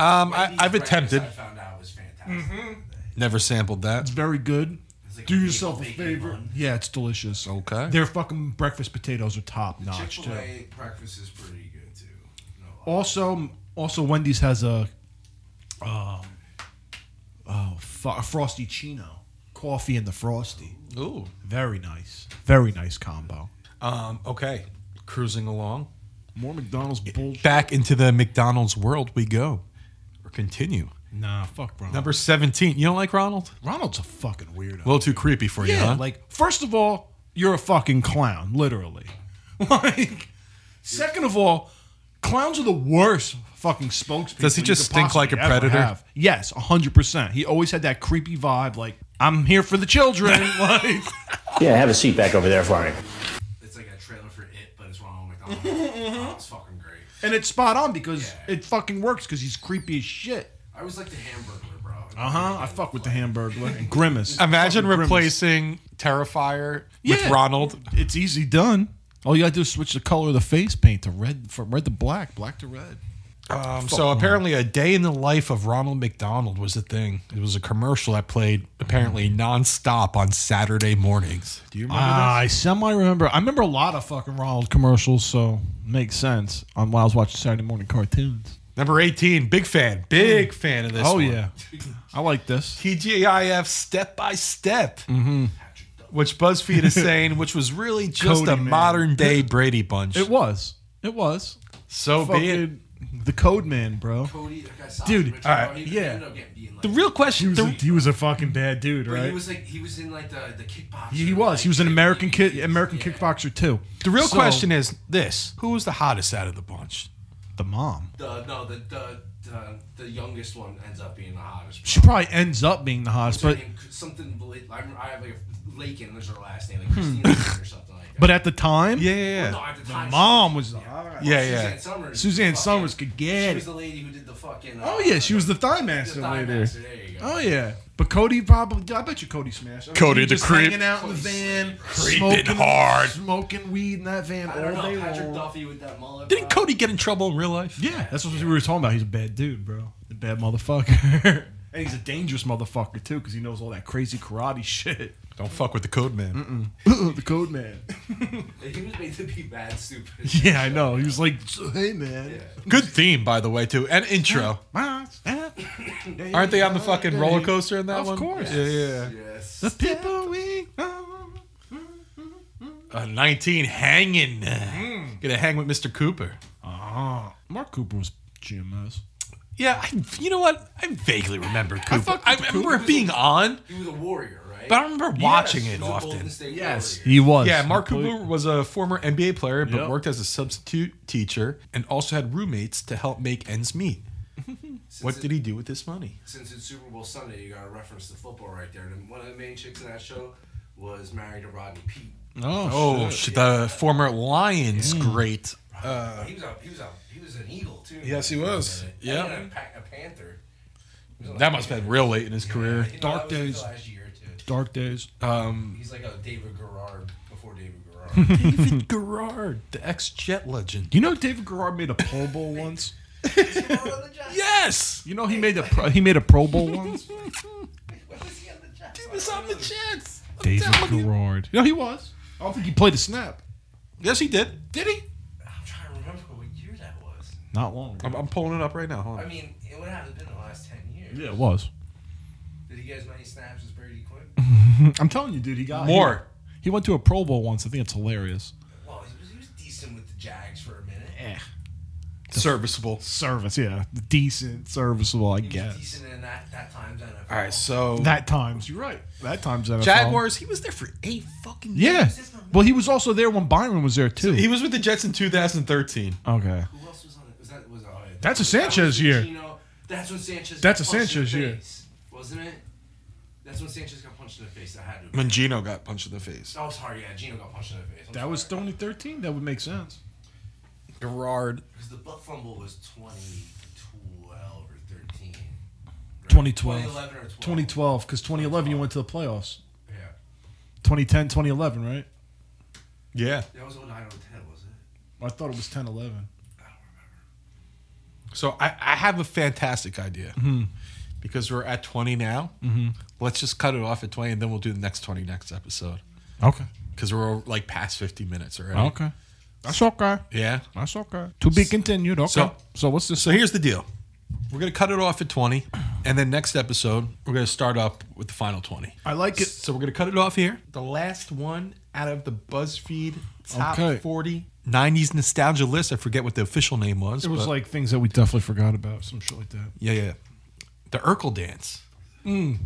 [SPEAKER 6] Um, I,
[SPEAKER 11] These
[SPEAKER 6] I've
[SPEAKER 11] breakfasts
[SPEAKER 6] attempted.
[SPEAKER 11] I found out was fantastic.
[SPEAKER 6] Never sampled that.
[SPEAKER 7] It's very good.
[SPEAKER 11] like a
[SPEAKER 7] Do yourself a
[SPEAKER 11] bacon- bacon
[SPEAKER 7] favor.
[SPEAKER 11] bun.
[SPEAKER 7] Yeah, it's delicious.
[SPEAKER 6] Okay.
[SPEAKER 7] Their fucking breakfast potatoes are top notch
[SPEAKER 11] Chick
[SPEAKER 7] too.
[SPEAKER 11] Fil A breakfast is pretty good too. No lie.
[SPEAKER 7] Also, um, also Wendy's has a, um, oh, fro- a frosty chino, coffee and the frosty.
[SPEAKER 6] Ooh.
[SPEAKER 7] Very nice, very nice combo.
[SPEAKER 6] Um, okay. Cruising along.
[SPEAKER 7] More McDonald's bullshit.
[SPEAKER 6] Back into the McDonald's world we go, or continue.
[SPEAKER 7] nah, fuck Ronald.
[SPEAKER 6] Number 17. You don't like Ronald?
[SPEAKER 7] Ronald's a fucking weirdo.
[SPEAKER 6] A little too creepy for you,
[SPEAKER 7] yeah,
[SPEAKER 6] huh?
[SPEAKER 7] like first of all, you're a fucking clown, literally. Like, second of all, clowns are the worst fucking spokespeople.
[SPEAKER 6] Does he
[SPEAKER 7] you
[SPEAKER 6] just
[SPEAKER 7] could
[SPEAKER 6] stink like a
[SPEAKER 7] possibly ever
[SPEAKER 6] predator?
[SPEAKER 7] have. Yes, hundred percent. He always had that creepy vibe, like I'm here for the children. like,
[SPEAKER 12] Yeah, have a seat back over there for me.
[SPEAKER 11] It's like a trailer for it, but it's Ronald McDonald. oh, it's fucking great.
[SPEAKER 7] and it's spot on because it fucking works because he's creepy as shit.
[SPEAKER 11] I was like the Hamburglar, bro.
[SPEAKER 7] Uh huh. I fuck with the Hamburglar and grimace.
[SPEAKER 6] Imagine
[SPEAKER 7] Fucking Grimace.
[SPEAKER 6] replacing Terrifier with
[SPEAKER 7] Yeah.
[SPEAKER 6] Ronald.
[SPEAKER 7] It's easy done. All you gotta do is switch the color of the face paint to red from red to black, black to red.
[SPEAKER 6] Um, so apparently, a day in the life of Ronald McDonald was a thing. It was a commercial that played apparently nonstop on Saturday mornings. Do you remember?
[SPEAKER 7] Ah, I semi remember. I remember a lot of fucking Ronald commercials, so makes sense on while I was watching Saturday morning cartoons.
[SPEAKER 6] Number eighteen, big fan, big fan of this.
[SPEAKER 7] Oh
[SPEAKER 6] one.
[SPEAKER 7] yeah, I like this.
[SPEAKER 6] TGIF step by step,
[SPEAKER 7] Mm-hmm.
[SPEAKER 6] which BuzzFeed is saying, which was really just
[SPEAKER 7] Cody,
[SPEAKER 6] a
[SPEAKER 7] man.
[SPEAKER 6] modern day Brady Bunch.
[SPEAKER 7] It was. It was.
[SPEAKER 6] so be it.
[SPEAKER 7] Fucking The code man, bro.
[SPEAKER 11] Cody, that guy Sasha
[SPEAKER 7] Dude,
[SPEAKER 11] Mitchell,
[SPEAKER 7] all
[SPEAKER 11] bro,
[SPEAKER 7] right,
[SPEAKER 11] he
[SPEAKER 7] yeah.
[SPEAKER 11] ended up getting beaten, like,
[SPEAKER 6] The real question.
[SPEAKER 7] He was, a, he was a fucking bad dude,
[SPEAKER 11] But
[SPEAKER 7] right?
[SPEAKER 11] He was like he was in like the the kickboxing.
[SPEAKER 7] He, he was. He was an American kid, American kickboxer too.
[SPEAKER 6] The real
[SPEAKER 7] So-
[SPEAKER 6] question is this: Who was the hottest out of the bunch?
[SPEAKER 7] the mom.
[SPEAKER 11] The no the the the, the youngest one ends up being the hottest.
[SPEAKER 7] She probably ends up being the hottest,
[SPEAKER 11] What's her
[SPEAKER 7] but
[SPEAKER 11] name? something Bla- I, remember, I have like a Lakin is her last name, like Christina Lakin or something like that.
[SPEAKER 7] but at the time,
[SPEAKER 6] Yeah, yeah,
[SPEAKER 11] no,
[SPEAKER 6] yeah.
[SPEAKER 11] at the
[SPEAKER 7] the
[SPEAKER 11] time,
[SPEAKER 7] mom was.
[SPEAKER 6] Yeah,
[SPEAKER 11] Suzanne
[SPEAKER 6] yeah.
[SPEAKER 11] Summers.
[SPEAKER 7] Suzanne
[SPEAKER 11] fucking-
[SPEAKER 7] Summers could
[SPEAKER 11] She
[SPEAKER 7] get
[SPEAKER 11] was
[SPEAKER 7] it.
[SPEAKER 11] the lady who did the fucking.
[SPEAKER 7] Oh
[SPEAKER 11] uh,
[SPEAKER 7] yeah, she was the thigh
[SPEAKER 11] the
[SPEAKER 7] master
[SPEAKER 11] thigh
[SPEAKER 7] later.
[SPEAKER 11] master, There you go.
[SPEAKER 7] Oh yeah, but Cody probably. I bet you Cody smashed. I bet
[SPEAKER 6] Cody
[SPEAKER 7] he
[SPEAKER 6] the
[SPEAKER 7] just
[SPEAKER 6] creep.
[SPEAKER 7] hanging out in the van,
[SPEAKER 6] Creeping
[SPEAKER 7] smoking
[SPEAKER 6] hard.
[SPEAKER 7] smoking weed in that van
[SPEAKER 11] I don't
[SPEAKER 7] all day
[SPEAKER 11] know. Patrick
[SPEAKER 7] long.
[SPEAKER 11] Duffy with that mullet.
[SPEAKER 6] Didn't
[SPEAKER 11] bro.
[SPEAKER 6] Cody get in trouble in real life?
[SPEAKER 7] Yeah, that's what we were talking about. He's a bad dude, bro. A bad motherfucker. and he's a dangerous motherfucker too, because he knows all that crazy karate shit.
[SPEAKER 6] Don't fuck with the code man.
[SPEAKER 7] the code man.
[SPEAKER 11] He was made to be bad stupid.
[SPEAKER 7] Yeah, I know. He was like, "So, hey man.
[SPEAKER 6] Good theme, by the way, too, and intro. Aren't they on the fucking roller coaster in that
[SPEAKER 7] Of
[SPEAKER 6] one?
[SPEAKER 7] course.
[SPEAKER 6] Yeah, yeah.
[SPEAKER 11] Yes.
[SPEAKER 7] The people we
[SPEAKER 6] Uh, 19 hanging. Gonna hang with Mr. Cooper.
[SPEAKER 7] Ah, Mark Cooper was GMS.
[SPEAKER 6] Yeah, I, you know what? I vaguely remember Cooper. I,
[SPEAKER 7] fucked with
[SPEAKER 6] remember it being on,
[SPEAKER 11] He was a warrior, right?
[SPEAKER 6] but I remember watching
[SPEAKER 11] He
[SPEAKER 6] it
[SPEAKER 11] was a Golden
[SPEAKER 6] often.
[SPEAKER 11] State
[SPEAKER 7] Yes,
[SPEAKER 11] Warrior.
[SPEAKER 7] he was.
[SPEAKER 6] Yeah, Mark Cooper was a former NBA player, but
[SPEAKER 7] Yep.
[SPEAKER 6] worked as a substitute teacher and also had roommates to help make ends meet. what
[SPEAKER 11] it-
[SPEAKER 6] did he do with this money?
[SPEAKER 11] Since it's Super Bowl Sunday, you got to reference the football right there. And one of the main chicks in that show was married to Rodney Pete.
[SPEAKER 7] Oh, Mm.
[SPEAKER 6] Oh, shit, the former Lions great.
[SPEAKER 11] he was a he was a he was an eagle too.
[SPEAKER 6] Yes, he was.
[SPEAKER 11] And
[SPEAKER 6] Yeah.
[SPEAKER 11] he had a, pa- a panther.
[SPEAKER 6] That must have been real late in his career. Um,
[SPEAKER 11] You know,
[SPEAKER 7] Dark
[SPEAKER 11] that was
[SPEAKER 7] days.
[SPEAKER 11] the Last year or two.
[SPEAKER 7] Dark days.
[SPEAKER 11] He's like a David Garrard before David Garrard.
[SPEAKER 6] David Garrard, the ex Jet legend.
[SPEAKER 7] You know, David Garrard made a Pro Bowl once.
[SPEAKER 6] Yes!
[SPEAKER 7] You know, he made a pro, he made a Pro Bowl once.
[SPEAKER 6] He was on the Jets. I'm
[SPEAKER 7] David
[SPEAKER 6] telling you.
[SPEAKER 7] Garrard. No, he was. I don't think he played a snap.
[SPEAKER 6] Yes, he did. Did he?
[SPEAKER 11] I'm trying to remember what year that was.
[SPEAKER 7] Not long.
[SPEAKER 6] I'm, I'm pulling it up right now. Hold
[SPEAKER 11] I
[SPEAKER 6] on.
[SPEAKER 11] mean, it would have to have been the last ten years.
[SPEAKER 7] Yeah, it was.
[SPEAKER 11] Did he get as many snaps as Brady Quinn?
[SPEAKER 7] I'm telling you, dude. He got
[SPEAKER 6] More.
[SPEAKER 7] He, he went to a Pro Bowl once. I think it's hilarious.
[SPEAKER 11] Well, he was, he was decent with the Jags for a minute.
[SPEAKER 6] Serviceable.
[SPEAKER 7] Service, yeah, decent, serviceable, I
[SPEAKER 11] He was
[SPEAKER 7] guess.
[SPEAKER 11] decent in that that time's NFL.
[SPEAKER 6] All right, so
[SPEAKER 7] That times, you're right. That times NFL.
[SPEAKER 6] Jaguars, he was there for eight fucking
[SPEAKER 7] Yeah.
[SPEAKER 6] years.
[SPEAKER 7] Well, he was also there when Byron was there too.
[SPEAKER 6] He was with the Jets in 2013.
[SPEAKER 7] okay.
[SPEAKER 11] Who else was on it? Was that was oh, yeah,
[SPEAKER 7] That's a
[SPEAKER 11] that was
[SPEAKER 7] Sanchez year.
[SPEAKER 11] Pacino. That's when Sanchez.
[SPEAKER 7] That's
[SPEAKER 11] got
[SPEAKER 7] a
[SPEAKER 11] punched in the
[SPEAKER 7] Sanchez year.
[SPEAKER 11] face, Wasn't it? That's when Sanchez got punched in the face. That had to. Have been.
[SPEAKER 6] When Gino got punched in the face.
[SPEAKER 11] Oh, sorry. Yeah, Gino got punched in the face. I'm
[SPEAKER 7] That was
[SPEAKER 11] sorry.
[SPEAKER 7] only 13. That would make sense.
[SPEAKER 6] Gerard.
[SPEAKER 11] Because the butt fumble was 2012 or 13. right?
[SPEAKER 7] 2012.
[SPEAKER 11] 2011 or 12.
[SPEAKER 7] 2012, because 2011 you went to the playoffs.
[SPEAKER 11] Yeah.
[SPEAKER 7] 2010, 2011, right?
[SPEAKER 6] Yeah.
[SPEAKER 11] That was 09 or 10, was it?
[SPEAKER 7] I thought it was 10, 11.
[SPEAKER 6] So I, I have a fantastic idea.
[SPEAKER 7] Mm-hmm.
[SPEAKER 6] Because we're at 20 now. Let's just cut it off at 20 and then we'll do the next 20 next episode.
[SPEAKER 7] Okay.
[SPEAKER 6] Because we're like past 50 minutes already.
[SPEAKER 7] Okay. That's okay.
[SPEAKER 6] Yeah.
[SPEAKER 7] That's okay. To be continued. Okay.
[SPEAKER 6] So-
[SPEAKER 7] So, what's this?
[SPEAKER 6] So here's the deal. We're going to cut it off at 20. And then next episode, we're going to start up with the final 20.
[SPEAKER 7] I like it.
[SPEAKER 6] So we're going to cut it off here. The last one out of the BuzzFeed top
[SPEAKER 7] Okay.
[SPEAKER 6] 40 90s nostalgia list. I forget what the official name was.
[SPEAKER 7] It was
[SPEAKER 6] but-
[SPEAKER 7] like things that we definitely forgot about, some shit like that.
[SPEAKER 6] yeah, yeah. The Urkel dance.
[SPEAKER 7] The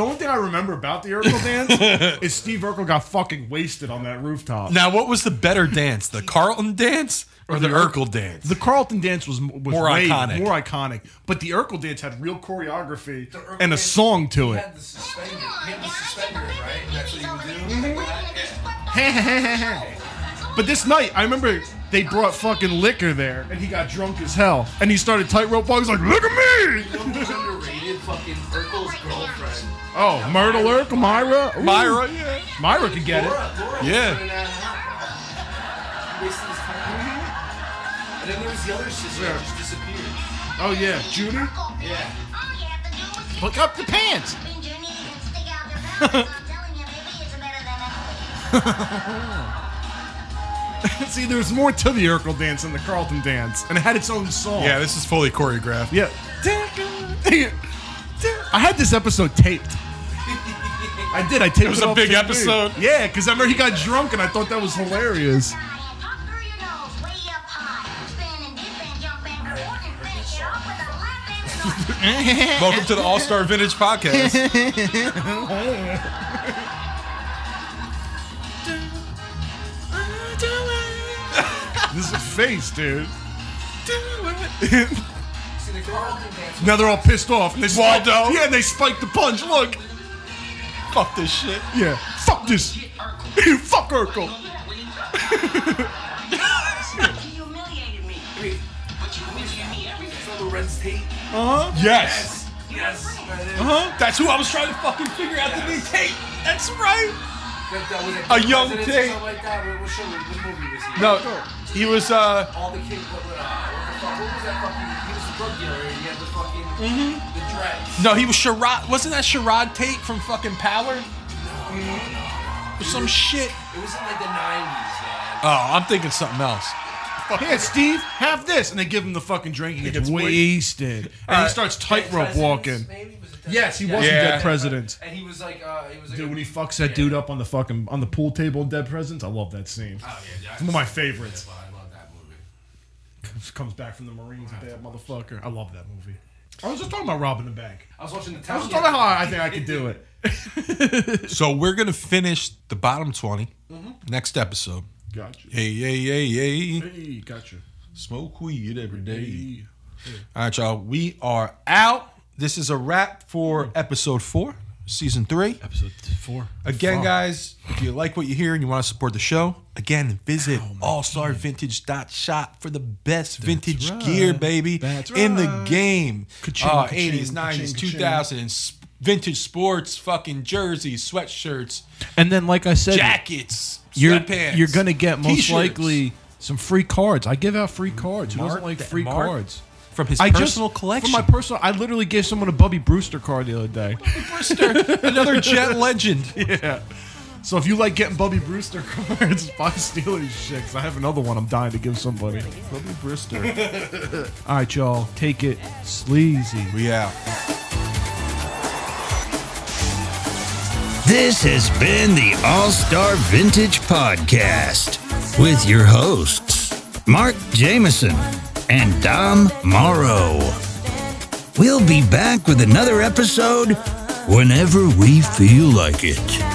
[SPEAKER 7] only thing I remember about the Urkel dance is Steve Urkel got fucking wasted on that rooftop.
[SPEAKER 6] Now, what was the better dance, the Carlton dance or the Urkel dance?
[SPEAKER 7] The Carlton dance was, was
[SPEAKER 6] More
[SPEAKER 7] way
[SPEAKER 6] iconic.
[SPEAKER 7] more iconic, but the Urkel dance had real choreography
[SPEAKER 11] The Urkel
[SPEAKER 7] and a
[SPEAKER 11] dance-
[SPEAKER 7] song to
[SPEAKER 11] He
[SPEAKER 7] it.
[SPEAKER 11] had the suspender. He had the suspender, right? That's what you do.
[SPEAKER 7] but this night, I remember they brought fucking liquor there, and he got drunk as hell, and he started tightrope walking. He's like, "Look at me!"
[SPEAKER 11] You know who's underrated? Fucking Urkel's girlfriend.
[SPEAKER 7] Oh, Myrtle Urkel, Myra, Ooh.
[SPEAKER 6] Myra, yeah.
[SPEAKER 7] Myra could get it.
[SPEAKER 11] Laura, Laura
[SPEAKER 6] Yeah.
[SPEAKER 11] was in that hat. Wasted his time. And then there was the other sister that just
[SPEAKER 6] disappeared.
[SPEAKER 7] Oh yeah, Judy.
[SPEAKER 6] Yeah.
[SPEAKER 7] Look up the pants. See, there's more to the Urkel dance than the Carlton dance, and it had its own song.
[SPEAKER 6] Yeah, this is fully choreographed.
[SPEAKER 7] Yeah. I had this episode taped. I did. I taped it.
[SPEAKER 6] was a
[SPEAKER 7] off
[SPEAKER 6] big
[SPEAKER 7] to you.
[SPEAKER 6] episode.
[SPEAKER 7] Yeah, because I remember he got drunk, and I thought that was hilarious.
[SPEAKER 6] Welcome to the All Star Vintage Podcast.
[SPEAKER 7] This is a face, dude.
[SPEAKER 11] See, the Carlton dance
[SPEAKER 7] Now they're all pissed off. And they spiked,
[SPEAKER 6] Waldo.
[SPEAKER 7] Yeah, and they spiked the punch. Look.
[SPEAKER 6] Fuck this shit.
[SPEAKER 7] Yeah. Fuck this. Fuck Urkel.
[SPEAKER 11] Wait, but you always give me everything. So Lorenz Tate.
[SPEAKER 7] Uh huh.
[SPEAKER 6] Yes.
[SPEAKER 11] Yes. Uh
[SPEAKER 6] Huh? Uh-huh. That's who I was trying to fucking figure out the new tape. That's right.
[SPEAKER 11] That, that was
[SPEAKER 6] A young
[SPEAKER 11] Presidents or
[SPEAKER 6] Tate.
[SPEAKER 11] something Like that. What, what show? What, what movie was he? in?
[SPEAKER 6] No, he was uh
[SPEAKER 11] All the kids. What, what, uh, what the fuck? What was that fucking? He was a drug dealer. and He had the fucking.
[SPEAKER 7] Mm-hmm.
[SPEAKER 11] The dreads.
[SPEAKER 6] no, he was Sherrod. Wasn't that Sherrod Tate from fucking Power? Or some shit.
[SPEAKER 11] It was in like the nineties, man.
[SPEAKER 6] Oh, I'm thinking something else.
[SPEAKER 7] Here, Steve, have this. And they give him the fucking drink. He gets
[SPEAKER 6] gets wa-
[SPEAKER 7] wasted. And he
[SPEAKER 6] Alright.
[SPEAKER 7] starts tightrope
[SPEAKER 11] Presidents,
[SPEAKER 7] walking.
[SPEAKER 11] Maybe was it that-
[SPEAKER 7] Yes, he
[SPEAKER 11] yeah.
[SPEAKER 7] was a
[SPEAKER 6] Yeah.
[SPEAKER 7] dead president.
[SPEAKER 11] And he was like, uh, he was like,
[SPEAKER 7] Dude,
[SPEAKER 11] a-
[SPEAKER 7] when he fucks that dude up on the fucking on the pool table in Dead Presidents, I love that scene.
[SPEAKER 11] Oh, yeah, yeah.
[SPEAKER 7] It's one of my favorites.
[SPEAKER 11] I love that movie.
[SPEAKER 7] Comes back from the Marines, that motherfucker. I love that movie. I was just talking about robbing the bank.
[SPEAKER 11] I was watching the
[SPEAKER 7] I
[SPEAKER 11] town.
[SPEAKER 7] was just talking about how I think I could do it.
[SPEAKER 6] So we're gonna finish the bottom 20 next episode.
[SPEAKER 7] Gotcha.
[SPEAKER 6] Hey, hey, hey, hey.
[SPEAKER 7] Hey, gotcha.
[SPEAKER 6] Smoke weed every day. All right, y'all. We are out. This is a wrap for episode four, season three.
[SPEAKER 7] Episode four.
[SPEAKER 6] Again, guys, if you like what you hear and you want to support the show, again, visit allstarvintage.shop for the best vintage
[SPEAKER 7] right.
[SPEAKER 6] gear, baby,
[SPEAKER 7] That's
[SPEAKER 6] in the
[SPEAKER 7] right.
[SPEAKER 6] game.
[SPEAKER 7] Ka-ching,
[SPEAKER 6] Uh,
[SPEAKER 7] ka-ching,
[SPEAKER 6] 80s, 90s,
[SPEAKER 7] ka-ching, ka-ching.
[SPEAKER 6] 2000s, sp- vintage sports, fucking jerseys, sweatshirts,
[SPEAKER 7] And then, like I said,
[SPEAKER 6] jackets,
[SPEAKER 7] you're
[SPEAKER 6] sweatpants.
[SPEAKER 7] you're gonna get most
[SPEAKER 6] t-shirts
[SPEAKER 7] likely some free cards. I give out free cards. Who
[SPEAKER 6] Mark
[SPEAKER 7] doesn't like
[SPEAKER 6] that-
[SPEAKER 7] free
[SPEAKER 6] Mark
[SPEAKER 7] cards?
[SPEAKER 6] from his
[SPEAKER 7] I
[SPEAKER 6] personal
[SPEAKER 7] just,
[SPEAKER 6] collection.
[SPEAKER 7] From my personal, I literally gave someone a Bubby Brewster card the other day.
[SPEAKER 6] Another Jet legend.
[SPEAKER 7] So if you like getting Bubby Brewster cards, buy stealing his shit. 'cause I have another one I'm dying to give somebody.
[SPEAKER 6] Bobby Brister.
[SPEAKER 7] All right, y'all, take it sleazy.
[SPEAKER 6] We out.
[SPEAKER 1] This has been the All Star Vintage Podcast with your hosts, Mark Jameson and Dom Morrow. We'll be back with another episode whenever we feel like it.
[SPEAKER 11] oh,